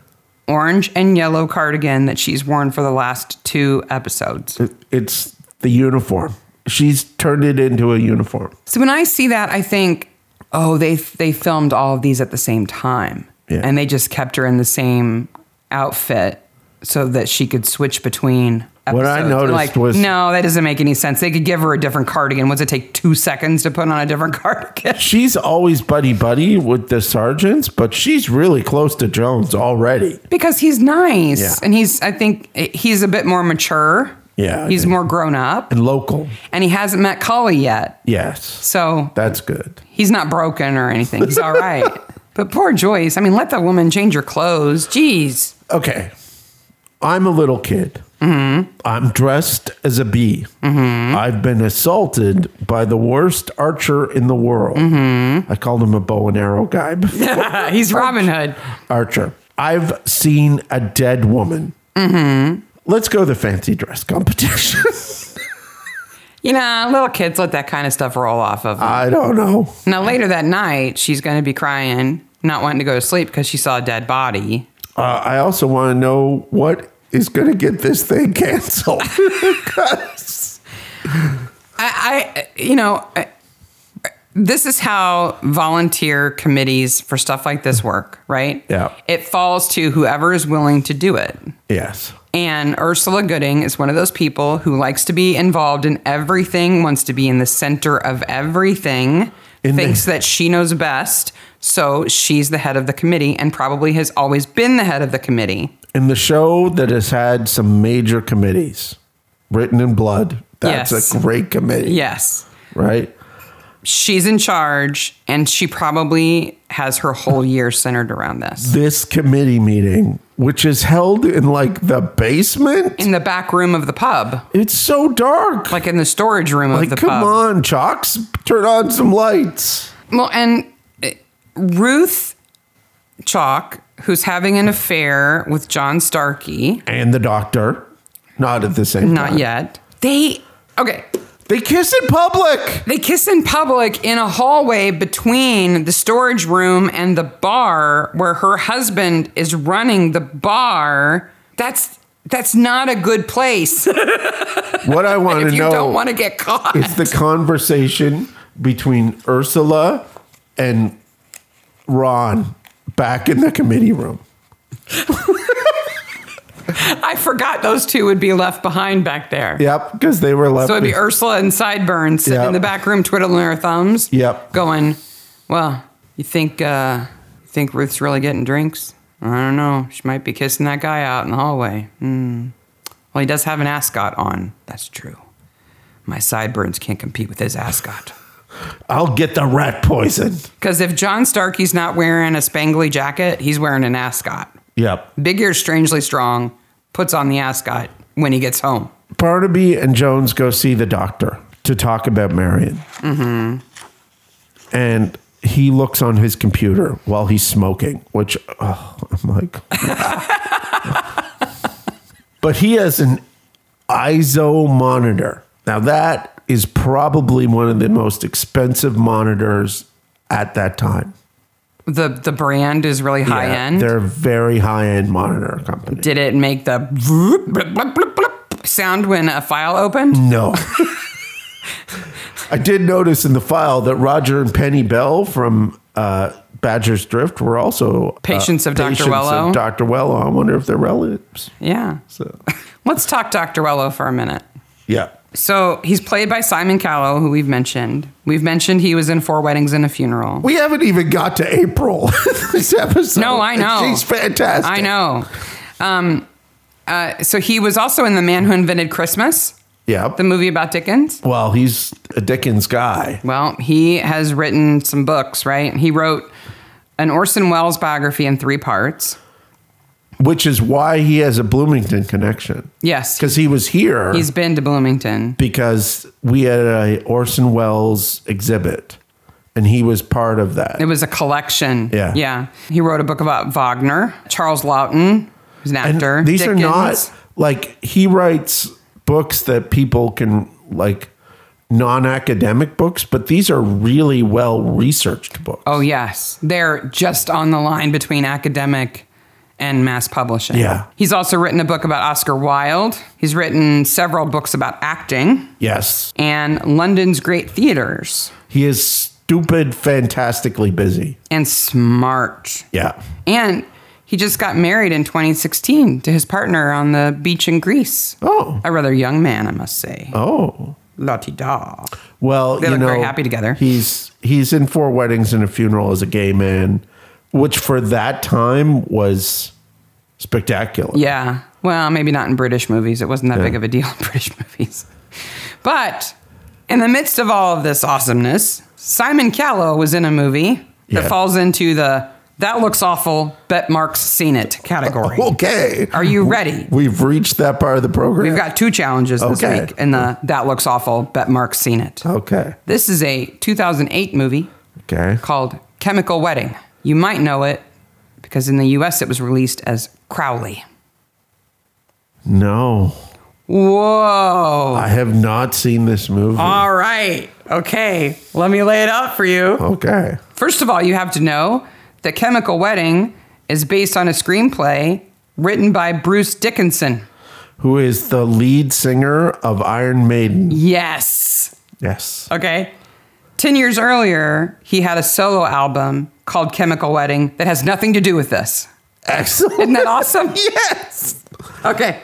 orange, and yellow cardigan that she's worn for the last two episodes? It- It's the uniform. She's turned it into a uniform. So when I see that, I think, oh, they they filmed all of these at the same time, Yeah. and they just kept her in the same outfit so that she could switch between. What Episodes. I noticed like, was- no, that doesn't make any sense. They could give her a different cardigan. What's it take? Two seconds to put on a different cardigan. She's always buddy buddy with the sergeants, but she's really close to Jones already. Because he's nice, Yeah. and he's I think he's a bit more mature. Yeah, I he's think- more grown up, And local. and he hasn't met Collie yet, Yes. so That's good. he's not broken or anything. He's all right. But poor Joyce. I mean, let that woman change her clothes. Jeez. okay, I'm a little kid. I'm dressed as a bee. I've been assaulted by the worst archer in the world. I called him a bow and arrow guy. before. he's Robin Hood. archer. I've seen a dead woman. Mm-hmm. Let's go the fancy dress competition. You know, little kids let that kind of stuff roll off of them. I don't know. now later that night, she's going to be crying, not wanting to go to sleep because she saw a dead body. Uh, I also want to know what is going to get this thing canceled. 'Cause- I, I you know, I, this is how volunteer committees for stuff like this work, right? Yeah. It falls to whoever is willing to do it. yes. And Ursula Gooding is one of those people who likes to be involved in everything, wants to be in the center of everything, In the- thinks that she knows best. So she's the head of the committee and probably has always been the head of the committee. In the show that has had some major committees, written in blood. That's Yes. a great committee, Yes. right? She's in charge and she probably has her whole year centered around this. This committee meeting, which is held in like the basement, In the back room of the pub, it's so dark. like in the storage room Like, of the come pub. on, Chalks, turn on some lights. Well, and uh, Ruth Chalk, who's having an affair with John Starkey, And the doctor, not at the same not time. yet. They okay. They kiss in public. They kiss in public in a hallway between the storage room and the bar where her husband is running the bar. That's that's not a good place if What I want to you know don't want to get caught. It's the conversation between Ursula and Ron back in the committee room. I forgot those two would be left behind back there. Yep, because they were left. So it'd be with- Ursula and Sideburns sitting Yep. in the back room twiddling their thumbs. Yep. Going, well, you think uh, you think Ruth's really getting drinks? I don't know. She might be kissing that guy out in the hallway. Hmm. Well, he does have an ascot on. That's true. My sideburns can't compete with his ascot. I'll get the rat poison. Because if John Starkey's not wearing a spangly jacket, he's wearing an ascot. Yep. Big ears, strangely strong, puts on the ascot when he gets home. Barnaby and Jones go see the doctor to talk about Marion. Mm-hmm. And he looks on his computer while he's smoking, which oh, I'm like. but he has an ISO monitor. Now, that is probably one of the most expensive monitors at that time. The the brand is really high Yeah, end. They're a very high end monitor company. Did it make the bloop, bloop, bloop, bloop, bloop sound when a file opened? No. I did notice in the file that Roger and Penny Bell from uh, Badger's Drift were also uh, Patients of Dr. patients Wello. Of Dr. Wello. I wonder if they're relatives. Yeah. So, Let's talk Dr. Wello for a minute. yeah. So he's played by Simon Callow, who we've mentioned. We've mentioned he was in Four Weddings and a Funeral. We haven't even got to April this episode. No, I know. She's fantastic. I know. Um, uh, so he was also in The Man Who Invented Christmas, Yeah. the movie about Dickens. Well, he's a Dickens guy. Well, he has written some books, right? He wrote an Orson Welles biography in three parts. Which is why he has a Bloomington connection. Yes. Because he was here He's been to Bloomington. because we had a Orson Welles exhibit and he was part of that. It was a collection. Yeah. Yeah. He wrote a book about Wagner, Charles Lawton, who's an And actor. These Dickens. are not like he writes books that people can like non-academic books, but these are really well researched books. Oh, yes. They're just on the line between academic and mass publishing. Yeah. He's also written a book about Oscar Wilde. He's written several books about acting Yes, and London's great theaters he is stupid, fantastically busy. and smart. Yeah, And he just got married in 2016 to his partner on the beach in Greece. Oh. A rather young man, I must say. oh La ti da. well, They you look know, very happy together. He's he's in four weddings and a funeral as a gay man, which for that time was spectacular. Yeah. Well, maybe not in British movies. It wasn't that big of a deal in British movies. But in the midst of all of this awesomeness, Simon Callow was in a movie Yeah. that falls into the that looks awful, bet Mark's seen it category. Oh. Okay, Are you ready? We've reached that part of the program. We've got two challenges this Okay. week in the that looks awful, bet Mark's seen it. okay, This is a 2008 movie okay. called Chemical Wedding. You might know it because in the US it was released as Crowley. No. Whoa. I have not seen this movie. All right. Okay. Let me lay it out for you. okay. First of all, you have to know that Chemical Wedding is based on a screenplay written by Bruce Dickinson. Who is the lead singer of Iron Maiden? Yes. Yes. Okay. 10 years earlier, he had a solo album called Chemical Wedding that has nothing to do with this. Excellent. Isn't that awesome? Yes. Okay.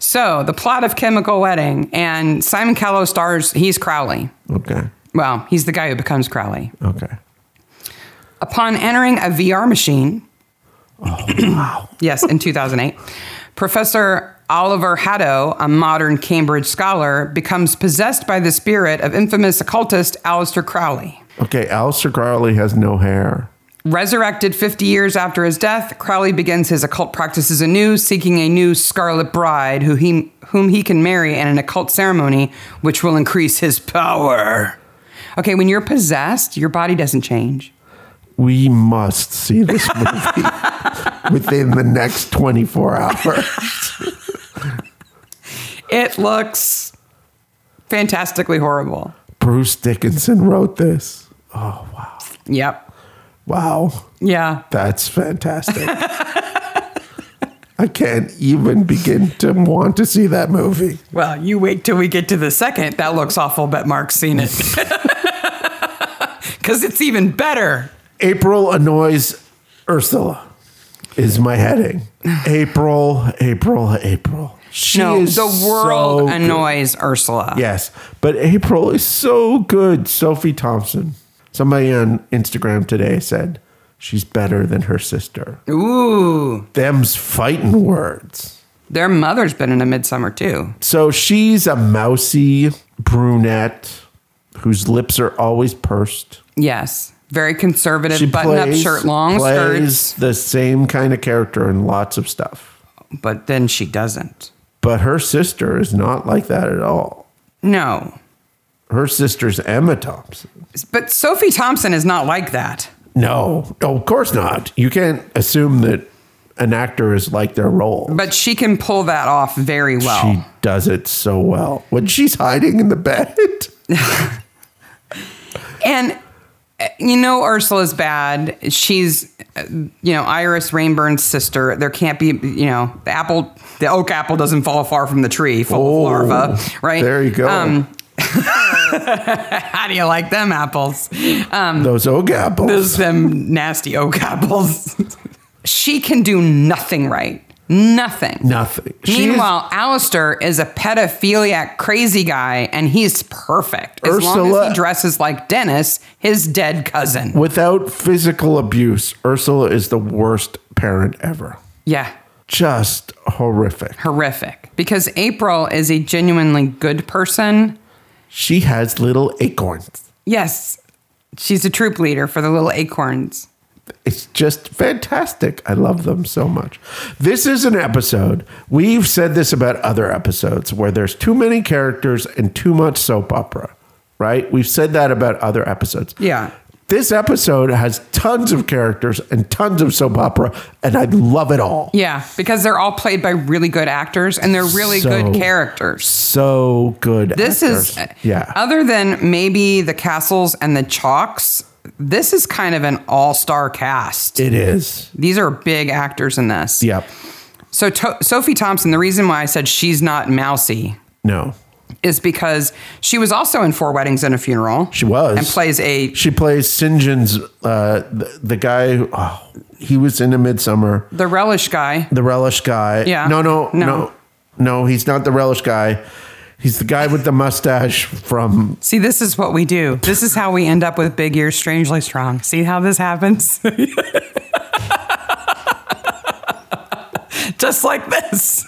So, the plot of Chemical Wedding and Simon Callow stars, he's Crowley. Okay. Well, he's the guy who becomes Crowley. Okay. Upon entering a VR machine, yes, in 2008, Professor Oliver Haddo, a modern Cambridge scholar, becomes possessed by the spirit of infamous occultist Aleister Crowley. Okay, Alistair Crowley has no hair. Resurrected 50 years after his death, Crowley begins his occult practices anew, seeking a new scarlet bride who he, whom he can marry in an occult ceremony, which will increase his power. Okay, when you're possessed, your body doesn't change. We must see this movie within the next 24 hours. It looks fantastically horrible. Bruce Dickinson wrote this. Oh, wow. Yep. Wow. Yeah. That's fantastic. I can't even begin to want to see that movie. Well, you wait till we get to the second. That looks awful, but Mark's seen it. Because it's even better. April annoys Ursula is my heading. April, April, April. She no, is the so world good. annoys Ursula. Yes, but April is so good. Sophie Thompson. Somebody on Instagram today said she's better than her sister. Ooh, Them's fighting words. their mother's been in a midsummer too. So she's a mousy brunette whose lips are always pursed. Yes, very conservative, button-up plays- shirt, long plays skirts, the same kind of character in lots of stuff. but then she doesn't. But her sister is not like that at all. No, Her sister's Emma Thompson. but Sophie Thompson is not like that. No, no, of course not. You can't assume that an actor is like their role. But she can pull that off very well. She does it so well. When she's hiding in the bed, And uh, you know Ursula's bad. She's uh, you know Iris Rainburn's sister. There can't be you know the apple, the oak apple doesn't fall far from the tree full Oh, of larvae, right? Uh, Um, there you go. how do you like them apples? those oak apples. um, Those them nasty oak apples. she can do nothing right. Nothing. Nothing. She is- Meanwhile, Alistair is a pedophiliac crazy guy, and he's perfect. As long as Ursula- he dresses like Dennis, his dead cousin. without physical abuse, Ursula is the worst parent ever. Yeah, Just horrific. horrific. Because April is a genuinely good person. She has little acorns. Yes, she's a troop leader for the little acorns. It's just fantastic. I love them so much. This is an episode. We've said this about other episodes where there's too many characters and too much soap opera, right? We've said that about other episodes. Yeah. This episode has tons of characters and tons of soap opera, and I love it all. Yeah, because they're all played by really good actors and they're really So- good characters. So good. This is, uh, actors. yeah. other than maybe the castles and the chalks, this is kind of an all star cast. it is. These are big actors in this. Yep. So, to- Sophie Thompson, the reason why I said she's not mousy No. is because she was also in Four Weddings and a Funeral. She was. and plays a She plays St. John's, uh, the, the guy, who- oh, he was in A Midsummer, the relish guy. the relish guy. Yeah. No, no, No. no, no. he's not the relish guy. He's the guy with the mustache from, See, this is what we do. This is how we end up with Big Ears Strangely Strong. See how this happens? Just like this.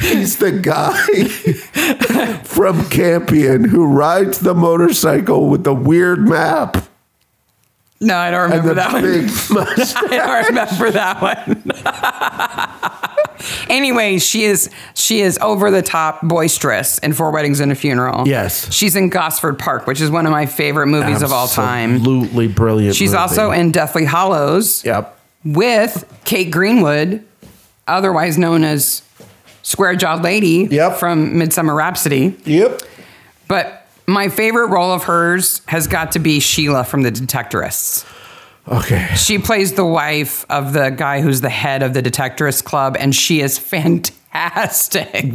he's the guy from Campion who rides the motorcycle with the weird map No, I don't and remember the that big one. mustache. I don't remember that one. anyway, she is she is over the top boisterous in Four Weddings and a Funeral. Yes. She's in Gosford Park, which is one of my favorite movies of all time. Absolutely brilliant. She's movie. also in Deathly Hollows. Yep. with Kate Greenwood, otherwise known as Square Jawed Lady Yep. from Midsummer Rhapsody. Yep. But my favorite role of hers has got to be Sheila from The Detectorists. Okay. She plays the wife of the guy who's the head of the Detectorists Club, and she is fantastic.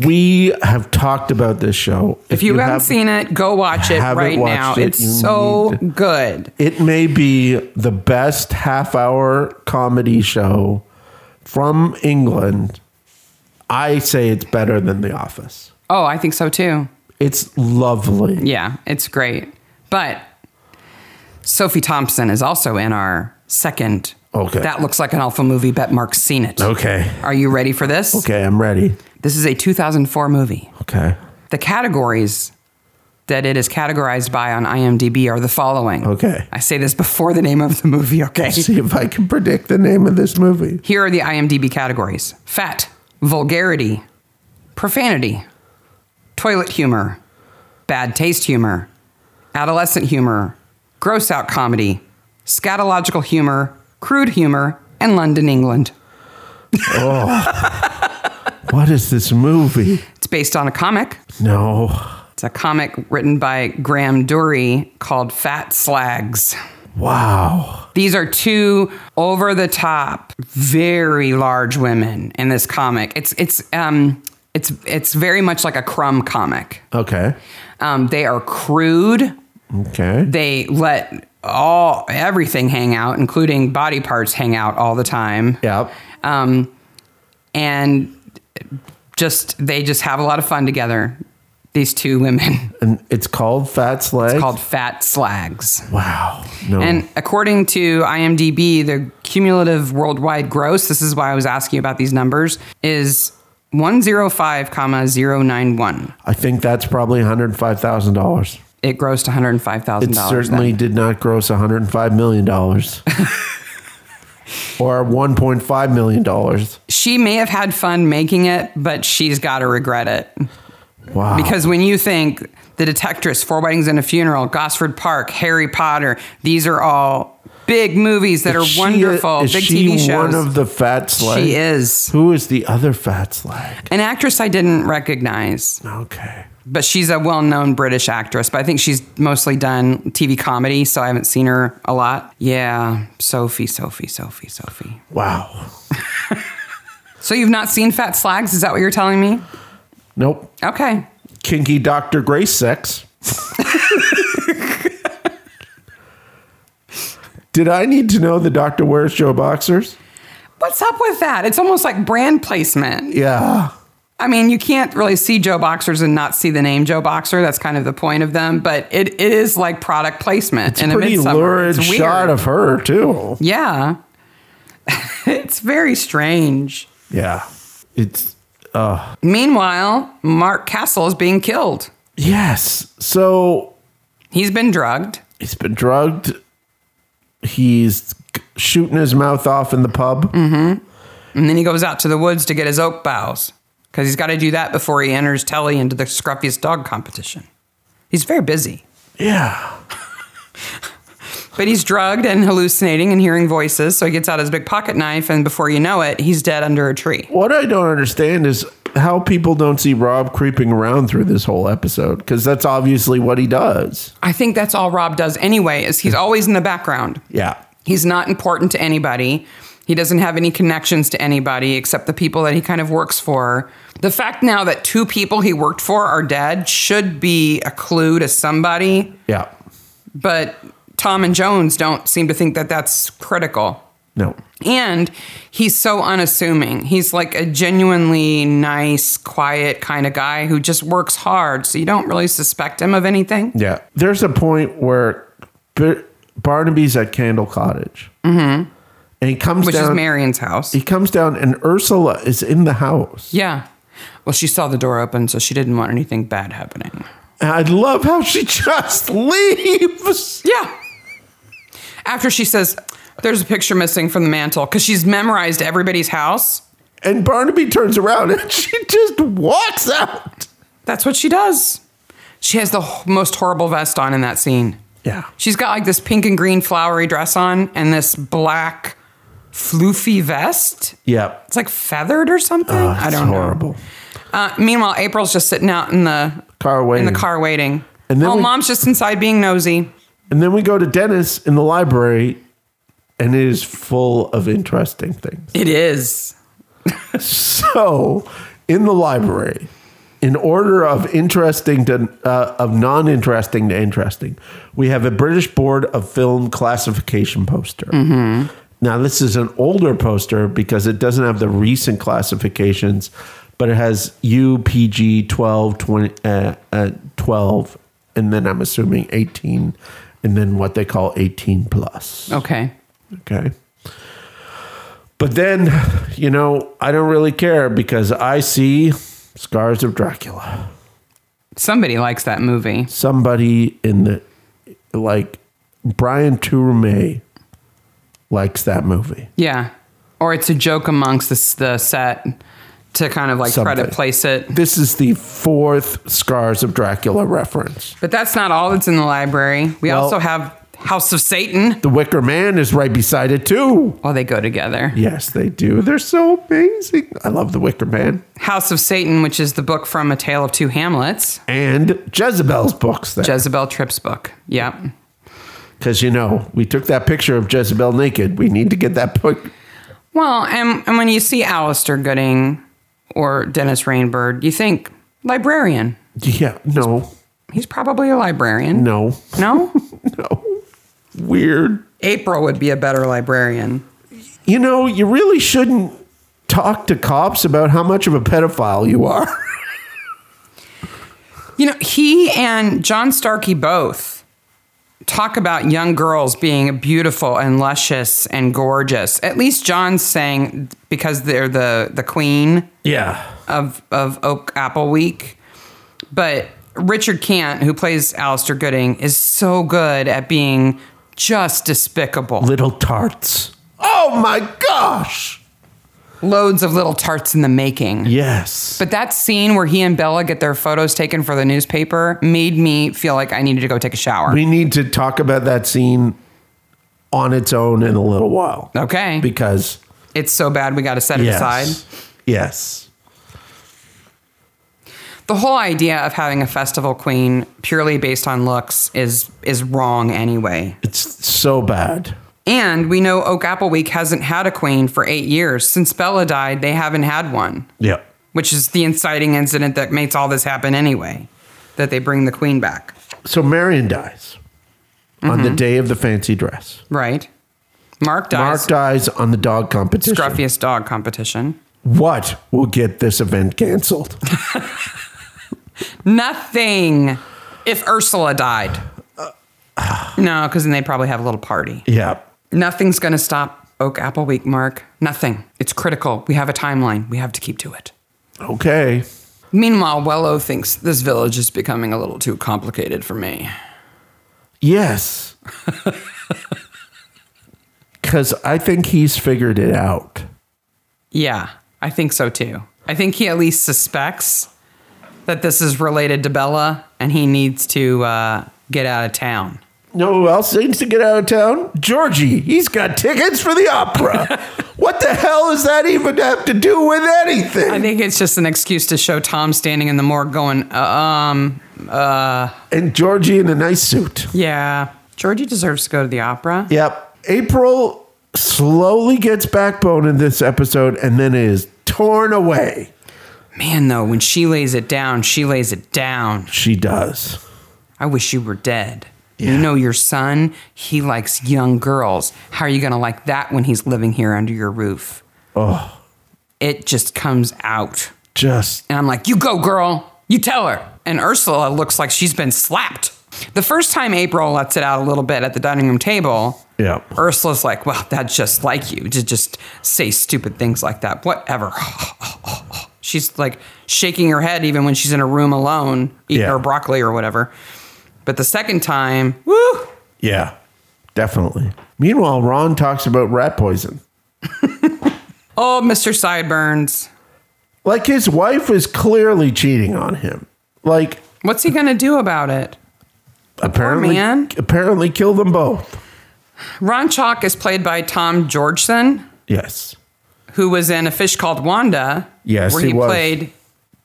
We have talked about this show. If you, haven't have- seen it, go watch it haven't right watched now. it, you it's so need good. It may be the best half hour comedy show from England. I say it's better than The Office. Oh, I think so too. It's lovely. Yeah, it's great. But Sophie Thompson is also in our second Okay. That looks like an alpha movie, bet Mark's seen it. okay. Are you ready for this? Okay, I'm ready. This is a 2004 movie. Okay. The categories that it is categorized by on IMDb are the following. Okay. I say this before the name of the movie, okay? See if I can predict the name of this movie. Here are the IMDb categories fat, vulgarity, profanity, toilet humor, bad taste humor, adolescent humor, gross out comedy, scatological humor, crude humor, and London, England. What is this movie? It's based on a comic. No. It's a comic written by Graham Dury called Fat Slags. Wow. These are two over the top, very large women in this comic. It's it's um it's it's very much like a crumb comic. Okay. Um, they are crude. Okay. They let all everything hang out, including body parts, hang out all the time. Yep. Um, and just they just have a lot of fun together. These two women And it's called Fat Slag. It's called Fat Slags. Wow. No. And according to IMDb, the cumulative worldwide gross, this is why I was asking about these numbers, is 105, comma 091. I think that's probably $105,000. It grossed $105,000. It certainly then. did not gross $105 million. or $1.5 million. She may have had fun making it, but she's got to regret it. Wow. Because when you think The Detectress, Four Weddings and a Funeral, Gosford Park, Harry Potter, these are all big movies that Is are she a- wonderful, is big she TV shows. one of the fat slag? she is. Who is the other fat slag? An actress I didn't recognize. Okay. but she's a well-known British actress. But I think she's mostly done TV comedy, so I haven't seen her a lot. Yeah, Sophie, Sophie, Sophie, Sophie. Wow. So you've not seen Fat Slags? Is that what you're telling me? Nope. Okay. Kinky Dr. Grace sex. Did I need to know the doctor wears Joe boxers? What's up with that? It's almost like brand placement. Yeah. I mean, you can't really see Joe Boxers and not see the name Joe Boxer. That's kind of the point of them, but it, it is like product placement in a Pretty midsummer. lurid It's weird. shot of her too. yeah. it's very strange. Yeah. It's Meanwhile, Mark Castle is being killed. yes. So He's been drugged. he's been drugged. He's shooting his mouth off in the pub. And then he goes out to the woods to get his oak boughs because he's got to do that before he enters Telly into the scruffiest dog competition. He's very busy, Yeah. but he's drugged and hallucinating and hearing voices. So he gets out his big pocket knife, and before you know it, he's dead under a tree. What I don't understand is how people don't see Rob creeping around through this whole episode because that's obviously what he does. I think that's all Rob does anyway. Is he's always in the background. Yeah. He's not important to anybody. He doesn't have any connections to anybody except the people that he kind of works for. The fact now that two people he worked for are dead should be a clue to somebody. Yeah. but Tom and Jones don't seem to think that that's critical. No. And he's so unassuming. He's like a genuinely nice, quiet kind of guy who just works hard. So you don't really suspect him of anything. Yeah. There's a point where Bar- Barnaby's at Candle Cottage. Mm-hmm. And he comes Which down. is Marion's house. He comes down and Ursula is in the house. Yeah. Well, she saw the door open, so she didn't want anything bad happening. And I love how she just leaves. Yeah. After she says, There's a picture missing from the mantle, because she's memorized everybody's house. And Barnaby turns around and she just walks out. That's what she does. She has the h- most horrible vest on in that scene. Yeah. She's got like this pink and green flowery dress on and this black floofy vest. Yeah. It's like feathered or something. I It's don't horrible. know. Uh, meanwhile, April's just sitting out in the Car in waiting. the car waiting. And then oh, we- mom's just inside being nosy. And then we go to Dennis in the library, and it is full of interesting things. It is. So, in the library, in order of interesting to uh, of non-interesting to interesting, we have a British Board of Film Classification poster. Now, this is an older poster because it doesn't have the recent classifications, but it has U, PG, 12, 20, uh, uh, 12, and then I'm assuming 18, and then what they call 18 plus. Okay. Okay. But then, you know, I don't really care because I see Scars of Dracula. Somebody likes that movie. Somebody in the, like, Brian Tourmay likes that movie. Yeah. Or it's a joke amongst the, s- the set to kind of like try to Something. place it. This is the fourth Scars of Dracula reference. But that's not all that's in the library. We Well- also have House of Satan. The Wicker Man is right beside it, too. Oh, they go together. Yes, they do. They're so amazing. I love The Wicker Man. House of Satan, which is the book from A Tale of Two Hamlets, And Jezebel's books there. Jezebel Tripp's book. Yep. Because, you know, we took that picture of Jezebel naked. We need to get that put. Well, and, and when you see Alistair Gooding or Dennis Rainbird, you think librarian. Yeah, no, He's probably a librarian. no, No? no. Weird. April would be a better librarian. You know, you really shouldn't talk to cops about how much of a pedophile you are. You know, he and John Starkey both talk about young girls being beautiful and luscious and gorgeous. At least John's saying because they're the the queen Yeah. of of Oak Apple Week. But Richard Kant, who plays Alistair Gooding, is so good at being just despicable. Little tarts. Oh my gosh. Loads of little tarts in the making. Yes. But that scene where he and Bella get their photos taken for the newspaper made me feel like I needed to go take a shower. we need to talk about that scene on its own in a little while. okay. Because, it's so bad we got to set it yes. aside. Yes. The whole idea of having a festival queen purely based on looks is is wrong anyway. It's so bad. And we know Oak Apple Week hasn't had a queen for 8 years. Since Bella died, they haven't had one, Yeah. which is the inciting incident that makes all this happen anyway, that they bring the queen back, So Marion dies on Mm-hmm. the day of the fancy dress. right? Mark dies. Mark dies on the dog competition. Scruffiest dog competition. What will get this event canceled? Nothing if Ursula died. No, because then they probably have a little party. yeah. Nothing's going to stop Oak Apple Week, Mark. Nothing. It's critical. We have a timeline. We have to keep to it. Okay. Meanwhile, Wello thinks this village is becoming a little too complicated for me. Yes. Because I think he's figured it out. Yeah, I think so too. I think he at least suspects that this is related to Bella and he needs to uh, get out of town. No who else needs to get out of town? Georgie. He's got tickets for the opera. what the hell does that even have to do with anything? I think it's just an excuse to show Tom standing in the morgue going, uh, um, and Georgie in a nice suit. yeah, Georgie deserves to go to the opera. Yep. April slowly gets backbone in this episode and then is torn away. Man, though, when she lays it down, she lays it down. She does. I wish you were dead. You Yeah. know your son, he likes young girls. How are you going to like that when he's living here under your roof? Oh, It just comes out. just And I'm like, "You go, girl. You tell her." And Ursula looks like she's been slapped. The first time April lets it out a little bit at the dining room table, Yeah. Ursula's like, "Well, that's just like you to just say stupid things like that. Whatever." she's like shaking her head even when she's in a room alone eating Yeah. her broccoli or whatever. But the second time, woo, Yeah, definitely. Meanwhile, Ron talks about rat poison. Oh, Mr. Sideburns. Like his wife is clearly cheating on him. Like What's he going to do about it? apparently, man. apparently, kill them both. Ron Chalk is played by Tom Georgeson, Yes, who was in A Fish Called Wanda. Yes, where he he, was. played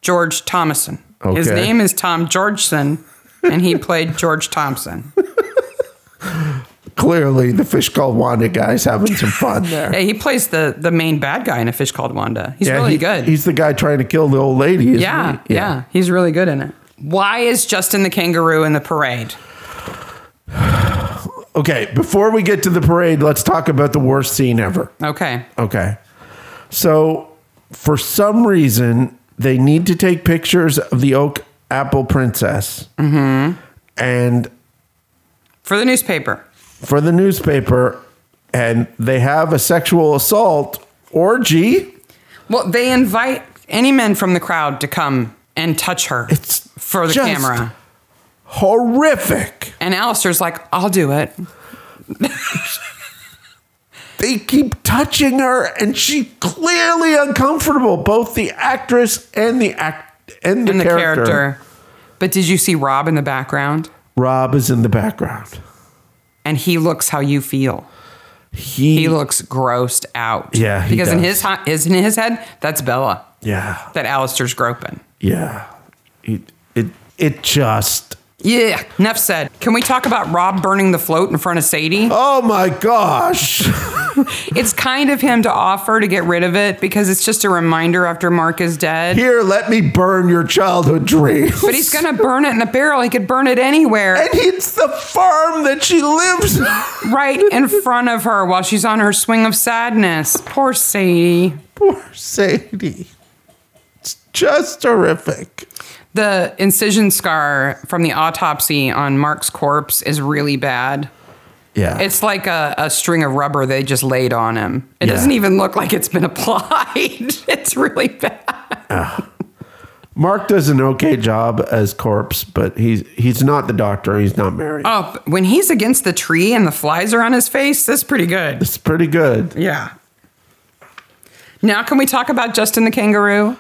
George Thomason. His Okay. name is Tom Georgeson, and he played George Thompson. clearly the fish called Wanda guy's having some fun there. Yeah, he plays the the main bad guy in A Fish Called Wanda. He's really he- good. He's the guy trying to kill the old lady. isn't yeah, he? yeah, he's really good in it. Why is Justin the kangaroo in the parade? Okay, before we get to the parade, let's talk about the worst scene ever. Okay, Okay. So for some reason, they need to take pictures of the Oak Apple Princess. Mm-hmm. And for the newspaper. for the newspaper, and they have a sexual assault orgy. Well, they invite any men from the crowd to come and touch her It's for the just- camera. Horrific. And Alistair's like, I'll do it. They keep touching her, and she clearly uncomfortable. Both the actress and the act and the, And the character. character. But did you see Rob in the background? Rob is in the background. And he looks how you feel. He, He looks grossed out. Yeah, he because in does. his hi- is in his head, that's Bella yeah, that Alistair's groping. yeah. It it it just. Yeah, enough said. Can we talk about Rob burning the float in front of Sadie? Oh my gosh. It's kind of him to offer to get rid of it because it's just a reminder after Mark is dead. Here, let me burn your childhood dream. But he's gonna burn it in a barrel. He could burn it anywhere, And it's the farm that she lives on. right in front of her while she's on her swing of sadness. Poor Sadie. Poor Sadie. It's just horrific. The incision scar from the autopsy on Mark's corpse is really bad. Yeah. It's like a, a string of rubber they just laid on him. It Yeah. doesn't even look like it's been applied. it's really bad. Mark does an okay job as corpse, but he's he's not the doctor. He's not married. Oh, but when he's against the tree and the flies are on his face, that's pretty good. it's pretty good. Yeah. Now, can we talk about Justin the kangaroo?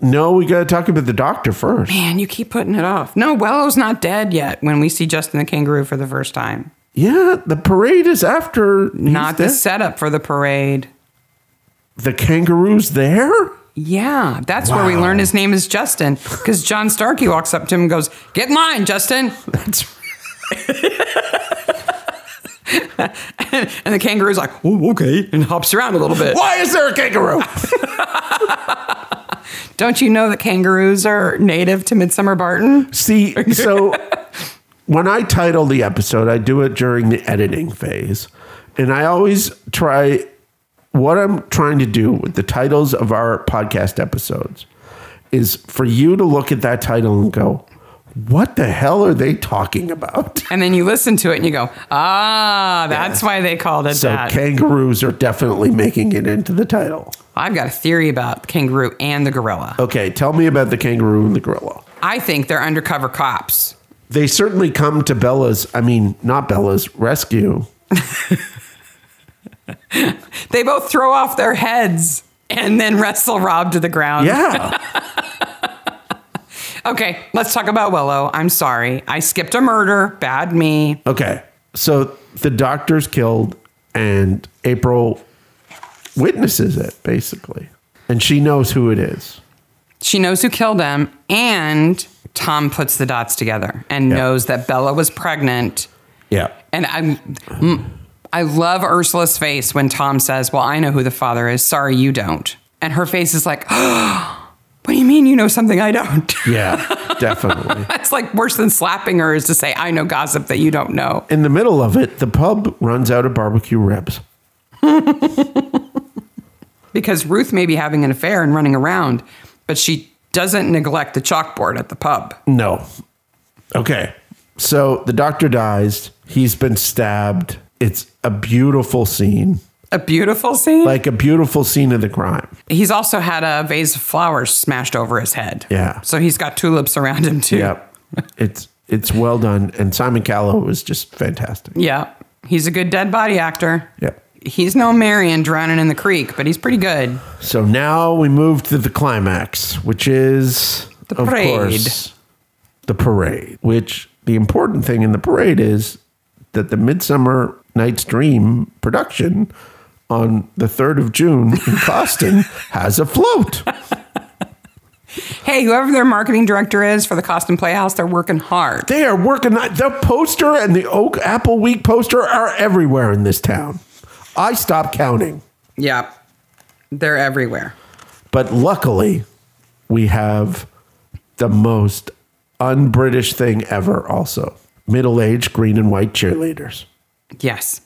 No, we got to talk about the doctor first. Man, you keep putting it off. No, Wello's not dead yet when we see Justin the kangaroo for the first time. Yeah, the parade is after. he's Not the there. setup for the parade. The kangaroo's there. Yeah, that's where we Wow. learn his name is Justin because John Starkey walks up to him and goes, Get in line, Justin. and the kangaroo's like, Oh, okay. And hops around a little bit. Why is there a kangaroo? Don't you know that kangaroos are native to Midsummer Barton? See, so when I title the episode, I do it during the editing phase. And I always try what I'm trying to do with the titles of our podcast episodes is for you to look at that title and go, what the hell are they talking about? And then you listen to it and you go, Ah, that's why they called it So that. kangaroos are definitely making it into the title. I've got a theory about the kangaroo and the gorilla. Okay, tell me about the kangaroo and the gorilla. I think they're undercover cops. They certainly come to Bella's, I mean, not Bella's, rescue. They both throw off their heads and then wrestle Rob to the ground. Yeah. Okay, let's talk about Willow. I'm sorry. I skipped a murder. Bad me. Okay. So the doctor's killed and April witnesses it basically. And she knows who it is. She knows who killed him, and Tom puts the dots together and Yeah. knows that Bella was pregnant. Yeah. And I'm. mm, I love Ursula's face when Tom says, Well, I know who the father is. Sorry, you don't. And her face is like, What do you mean you know something I don't? Yeah, definitely. That's like worse than slapping her is to say, I know gossip that you don't know. In the middle of it, the pub runs out of barbecue ribs. because Ruth may be having an affair and running around, but she doesn't neglect the chalkboard at the pub. No. Okay. So the doctor dies. He's been stabbed. It's a beautiful scene, A beautiful scene. like a beautiful scene of the crime. he's also had a vase of flowers smashed over his head. Yeah. So he's got tulips around him too. Yep. It's it's well done. And Simon Callow was just fantastic. Yeah. He's a good dead body actor. Yep. He's no Marion drowning in the creek, but he's pretty good. So now we move to the climax, which is The of parade. course, the parade. Which the important thing in the parade is that the Midsummer Night's Dream production on the third of June in Boston has a float. Hey, whoever their marketing director is for the Costin Playhouse, they're working hard. They are working. The poster and the Oak Apple Week poster are everywhere in this town. I stopped counting, Yeah. They're everywhere. but luckily, we have the most un-British thing ever. Also, middle-aged green and white cheerleaders. Yes.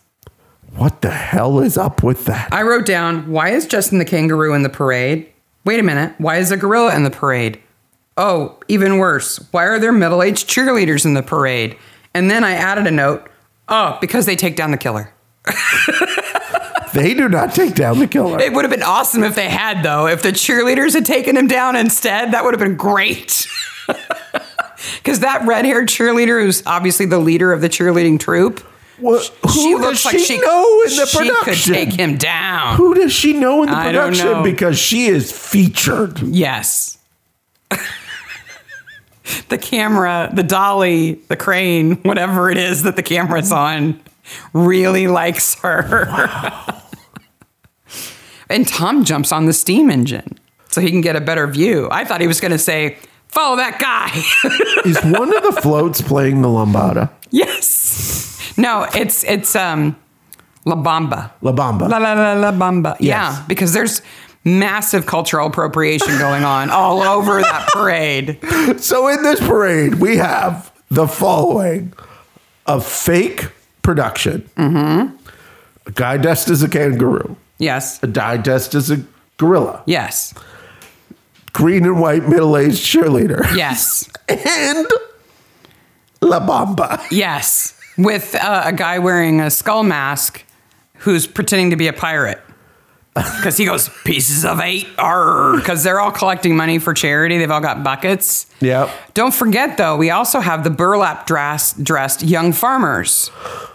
What the hell is up with that? I wrote down, why is Justin the kangaroo in the parade? Wait a minute, why is a gorilla in the parade? Oh, even worse, why are there middle aged cheerleaders in the parade? And then I added a note, oh, because they take down the killer. They do not take down the killer. It would have been awesome if they had, though. If the cheerleaders had taken him down instead, that would have been great. Because that red haired cheerleader, who's obviously the leader of the cheerleading troop, What, who she does looks she like she, know in the she production? could take him down. Who does she know in the I don't know. production? Because she is featured. Yes. the camera, the dolly, the crane, whatever it is that the camera's on, really likes her. and Tom jumps on the steam engine so he can get a better view. I thought he was going to say, follow that guy. Is one of the floats playing the lambada? yes. No, it's, it's, um, La Bamba. La bamba. La la la la bamba. Yes. Yeah, because there's massive cultural appropriation going on all over that parade. So in this parade, we have the following: a fake production, mm-hmm. a guy dressed as a kangaroo, Yes. a guy dressed as a gorilla, Yes. green and white middle-aged cheerleader, Yes. and La Bamba. Yes. With uh, a guy wearing a skull mask who's pretending to be a pirate. Because he goes, pieces of eight, because they're all collecting money for charity. They've all got buckets. Yep. Don't forget, though, we also have the burlap dress, dressed young farmers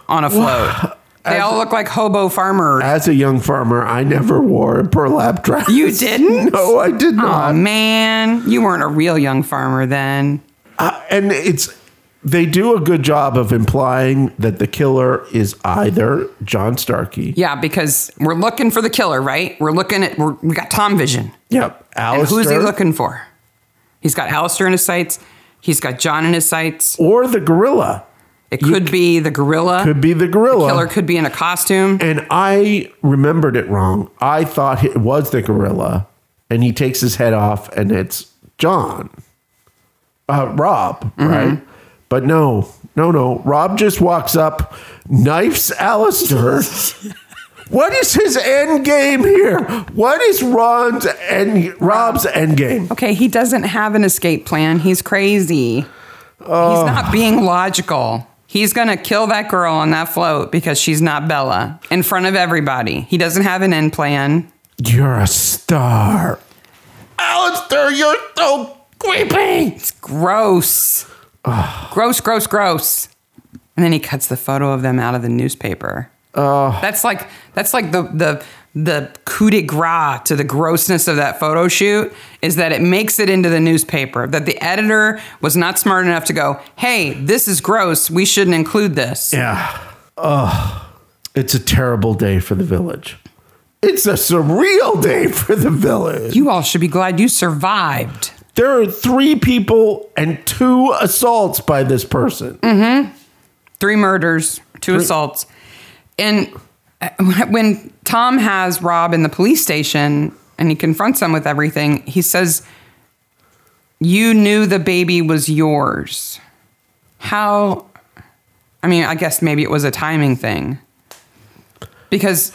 on a float. They all look like hobo farmers. As a young farmer, I never wore a burlap dress. You didn't? No, I did Oh not. man, you weren't a real young farmer then. Uh, and it's they do a good job of implying that the killer is either John Starkey. Yeah, because we're looking for the killer, right? We're looking at we're, we got Tom Vision. Yep. And Alistair, who's he looking for? He's got Alistair in his sights. He's got John in his sights. Or the gorilla. It could be the gorilla. Could be the gorilla. killer could be in a costume. and I remembered it wrong. I thought it was the gorilla, and he takes his head off, and it's John, uh, Rob, Mm-hmm. right? But no, no, no. Rob just walks up, knifes Alistair. what is his end game here? What is Ron's end? Rob's end game? Okay, he doesn't have an escape plan. He's crazy. He's not being logical. He's going to kill that girl on that float because she's not Bella in front of everybody. He doesn't have an end plan. You're a star, Alistair. You're so creepy. gross. gross, gross, gross. And then he cuts the photo of them out of the newspaper. Oh. That's like that's like the the the coup de grace to the grossness of that photo shoot is that it makes it into the newspaper. That the editor was not smart enough to go, hey, this is gross. We shouldn't include this. Yeah. Oh, it's a terrible day for the village. It's a surreal day for the village. You all should be glad you survived. There are three people and two assaults by this person. three murders, two assaults. And uh, when Tom has Rob in the police station and he confronts him with everything, he says, You knew the baby was yours. How? I mean, I guess maybe it was a timing thing. Because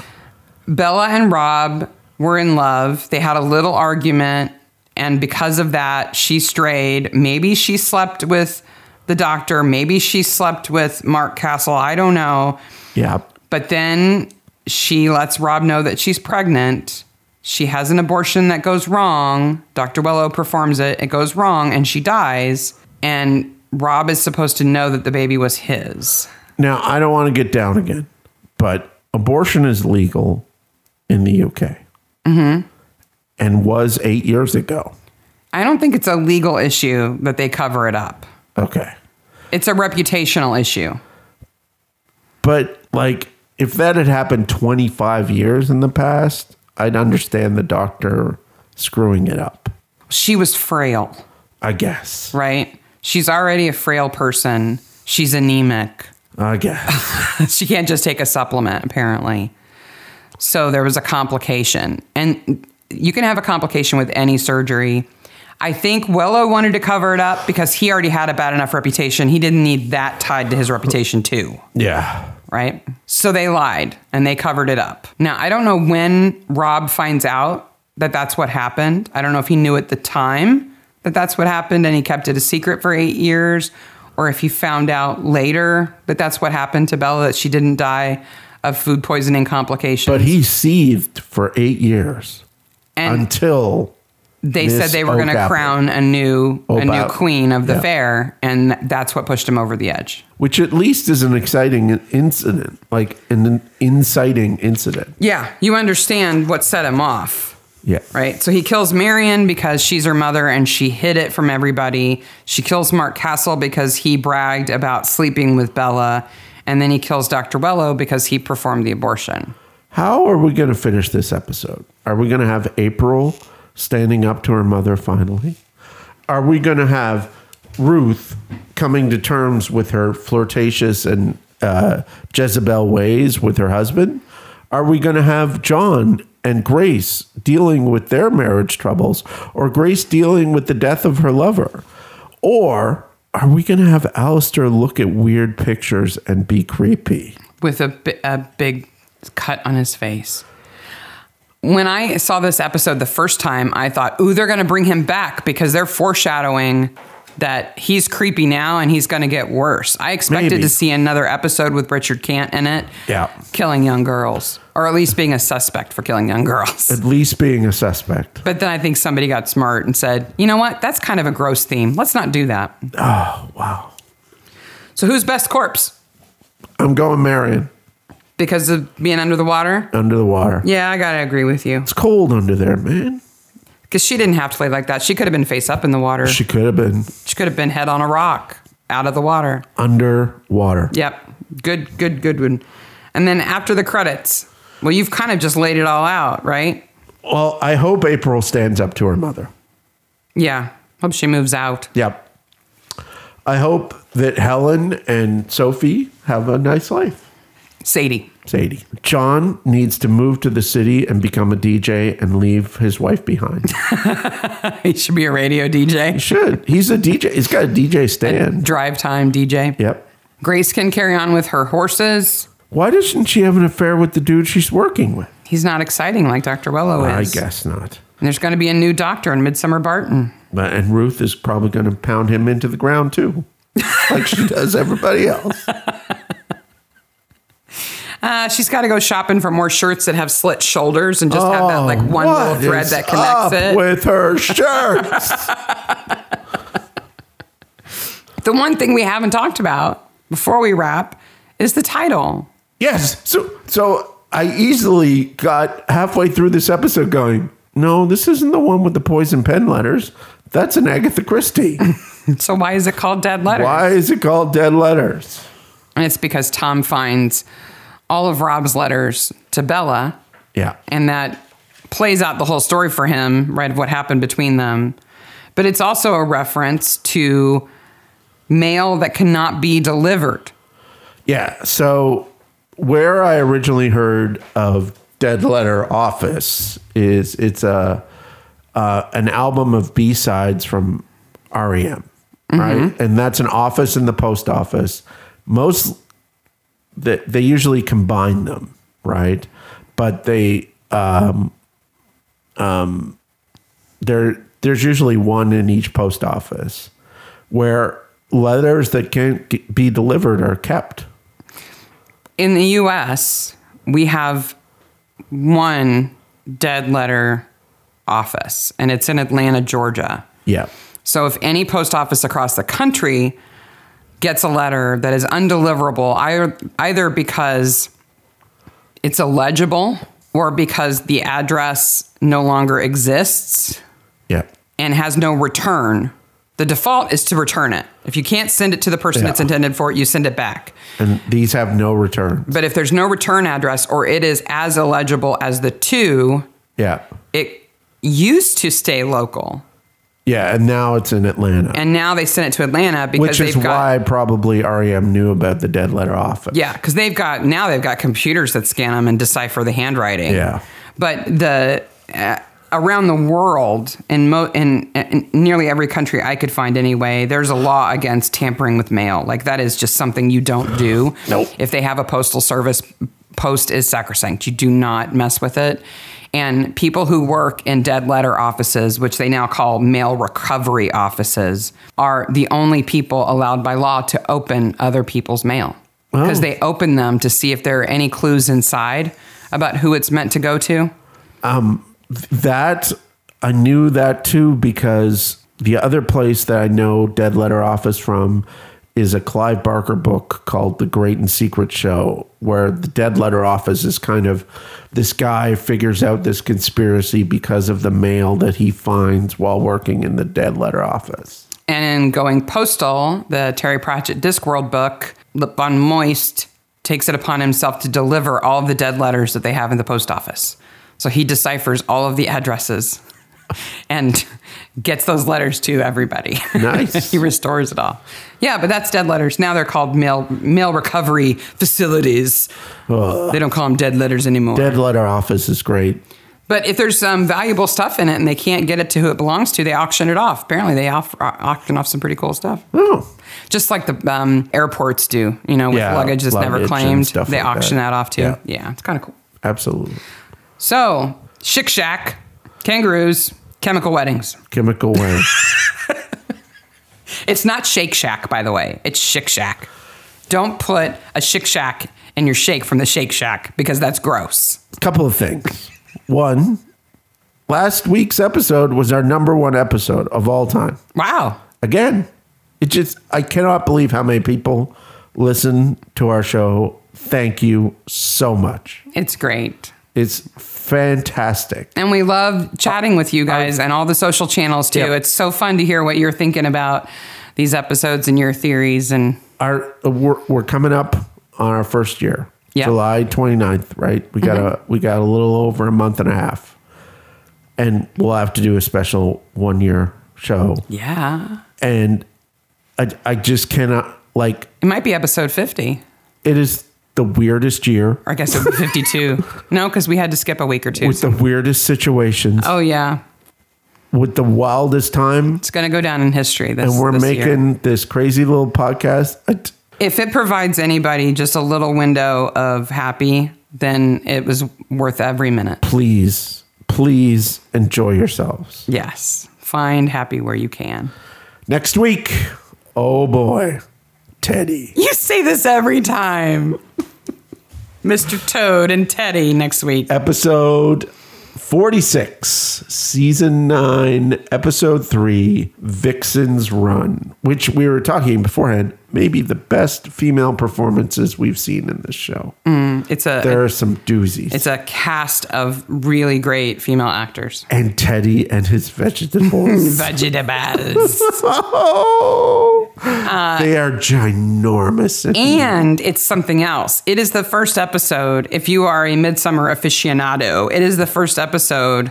Bella and Rob were in love. They had a little argument. And because of that, she strayed. Maybe she slept with the doctor. Maybe she slept with Mark Castle. I don't know. Yeah. But then she lets Rob know that she's pregnant. She has an abortion that goes wrong. Dr. Wellow performs it, it goes wrong, and she dies. And Rob is supposed to know that the baby was his. Now, I don't want to get down again, but abortion is legal in the UK Mm-hmm. and was eight years ago. I don't think it's a legal issue that they cover it up. Okay. It's a reputational issue. But, like, if that had happened 25 years in the past, I'd understand the doctor screwing it up, She was frail, I guess. right? She's already a frail person. She's anemic. I guess. she can't just take a supplement, apparently. So there was a complication. And you can have a complication with any surgery. I think Wello wanted to cover it up because he already had a bad enough reputation. He didn't need that tied to his reputation, too Yeah. right? So they lied and they covered it up. Now, I don't know when Rob finds out that that's what happened. I don't know if he knew at the time that that's what happened and he kept it a secret for eight years, or if he found out later that that's what happened to Bella, that she didn't die of food poisoning complications. But he seethed for eight years and until they said Miss they were going to O'Baffle. crown a new a new O'Baffle. queen of the Yeah. fair, and that's what pushed him over the edge. which at least is an exciting incident, like an inciting incident. Yeah, you understand what set him off. Yeah. Right. So he kills Marion because she's her mother and she hid it from everybody. She kills Mark Castle because he bragged about sleeping with Bella. And then he kills Dr. Wello because he performed the abortion. How are we going to finish this episode? Are we going to have April standing up to her mother finally? Are we going to have Ruth coming to terms with her flirtatious and uh, Jezebel ways with her husband? Are we going to have John and Grace dealing with their marriage troubles or Grace dealing with the death of her lover? Or are we going to have Alistair look at weird pictures and be creepy? with a, bi- a big cut on his face. When I saw this episode the first time, I thought, ooh, they're going to bring him back because they're foreshadowing that he's creepy now and he's going to get worse. I expected Maybe. to see another episode with Richard Cant in it. Yeah. Killing young girls, or at least being a suspect for killing young girls. At least being a suspect. But then I think somebody got smart and said, you know what? That's kind of a gross theme. Let's not do that. Oh, wow. So, who's best corpse? I'm going Marion Because of being under the water? under the water. Yeah, I got to agree with you. It's cold under there, man. Because she didn't have to lay like that. She could have been face up in the water. She She, could have been could have been head on a rock out of the water. underwater. Yep. Good, good, good one. And then after the credits, well, you've kind of just laid it all out, right? Well, I hope April stands up to her mother. Yeah. Hope she moves out. Yep. I hope that Helen and Sophie have a nice life. Sadie. Sadie. John needs to move to the city and become a DJ and leave his wife behind. He should be a radio DJ. Should. He's a DJ. He's got a DJ stand. Drive time DJ. Yep. Grace can carry on with her horses. Why doesn't she have an affair with the dude she's working with? He's not exciting like Dr. Wello I is. guess not. And there's going to be a new doctor in Midsummer Barton. But, and Ruth is probably going to pound him into the ground too, like she does everybody else. Uh, she's got to go shopping for more shirts that have slit shoulders and just have that like one Oh, What little thread is that up connects it. with her shirts. The one thing we haven't talked about before we wrap is the title. yes, so so I easily got halfway through this episode going, no, this isn't the one with the poison pen letters. That's an Agatha Christie. So why is it called Dead Letters? Why is it called Dead Letters? And it's because Tom finds all of Rob's letters to Bella, Yeah, and that plays out the whole story for him, right? Of what happened between them. But it's also a reference to mail that cannot be delivered. yeah. So where I originally heard of Dead Letter Office is it's a uh, an album of B sides from REM, right? And that's an office in the post office. Most that they usually combine them, right? But they um um there there's usually one in each post office where letters that can't g- be delivered are kept. In the US, we have one dead letter office, and it's in Atlanta, Georgia. Yeah. So if any post office across the country gets a letter that is undeliverable, either, either because it's illegible or because the address no longer exists Yeah. and has no return, the default is to return it. If you can't send it to the person Yeah. it's intended for, you send it back. And these have no return. But if there's no return address or it is as illegible as the two, Yeah. it used to stay local. Yeah, and now it's in Atlanta. And now they send it to Atlanta because which they've is got why probably REM knew about the dead letter office. Yeah, because they've got now they've got computers that scan them and decipher the handwriting. Yeah. but the uh, around the world in, mo- in in nearly every country I could find anyway, there's a law against tampering with mail. Like that is just something you don't do. Nope. If they have a postal service, post is sacrosanct. You do not mess with it. And people who work in dead letter offices, which they now call mail recovery offices, are the only people allowed by law to open other people's mail. because they open them to see if there are any clues inside about who it's meant to go to. That I knew that too because the other place that I know Dead Letter Office from is a Clive Barker book called The Great and Secret Show, where the Dead Letter Office is kind of this guy figures out this conspiracy because of the mail that he finds while working in the Dead Letter Office. And in Going Postal, the Terry Pratchett Discworld book, Lip Von Moist takes it upon himself to deliver all of the dead letters that they have in the post office. So he deciphers all of the addresses and gets those letters to everybody. Nice. he restores it all. Yeah, but that's dead letters. Now they're called mail mail recovery facilities. They don't call them dead letters anymore. Dead Letter Office is great. But if there's some valuable stuff in it and they can't get it to who it belongs to, they auction it off. Apparently, they off, auction off some pretty cool stuff. Oh, Just like the um, airports do, you know, with Yeah, luggage that's luggage never and claimed. stuff They like auction that. that. off too. Yeah. Yeah, it's kind of cool. absolutely. So, Shik Shack, kangaroos, chemical weddings. Chemical Wedding. It's not Shake Shack, by the way. It's Shik Shack. Don't put a Shik Shack in your shake from the Shake Shack because that's gross. couple of things. One, last week's episode was our number one episode of all time. Wow. Again, it just I cannot believe how many people listen to our show. Thank you so much. It's great. It's fantastic. And we love chatting with you guys and all the social channels too. Oh, Yep. It's so fun to hear what you're thinking about these episodes and your theories. And Our uh, we're, we're coming up on our first year. Yeah. Mm-hmm. July 29th, right? We got a we got a little over a month and a half. And we'll have to do a special one year show. yeah, And I I just cannot like it might be episode 50, It is the weirdest year or I guess it would be 52. no, because we had to skip a week or two. with the weirdest situations, oh, yeah. with the wildest time. It's going to go down in history. This, And we're this year. making this crazy little podcast. I t- If it provides anybody just a little window of happy, then it was worth every minute. Please, please enjoy yourselves. Yes. Find happy where you can. Next week, oh boy, Teddy. You say this every time. Mr. Toad and Teddy next week. Episode 46, Season 9, Episode 3, Vixen's Run, which we were talking beforehand, maybe the best female performances we've seen in this show. It's a There are some doozies. Mm. it's a cast of really great female actors. and Teddy and his vegetables. Vegetables. oh, they are ginormous. and it's something else. It is the first episode. If you are a midsummer aficionado, it is the first episode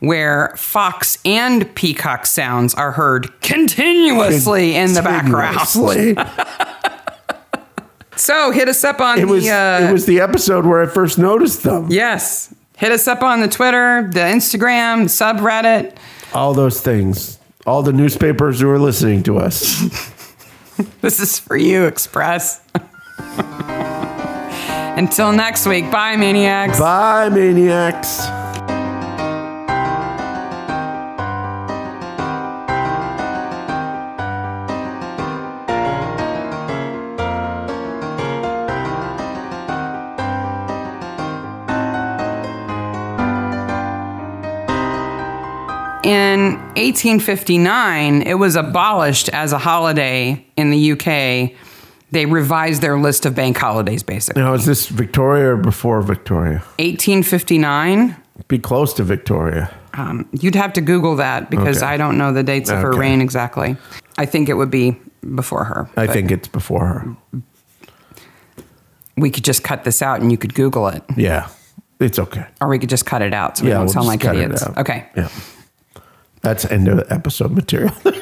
where fox and peacock sounds are heard continuously in the background. Continuously. So hit us up on It was the uh, it was the episode where I first noticed them. yes. Hit us up on the Twitter, the Instagram, subreddit. All those things. All the newspapers who are listening to us. This is for you, Express. Until next week, bye, maniacs. Bye, maniacs. In 1859, it was abolished as a holiday in the UK. They revised their list of bank holidays, basically. Now, is this Victoria or before Victoria? 1859. Be close to Victoria. Um, you'd have to Google that because Okay. I don't know the dates of her Okay. reign exactly. I think it would be before her. I but think it's before her. we could just cut this out and you could Google it, Yeah. It's okay. or we could just cut it out so we Yeah, don't we'll sound just like cut it idiots. out. Okay. Yeah. That's end of episode material.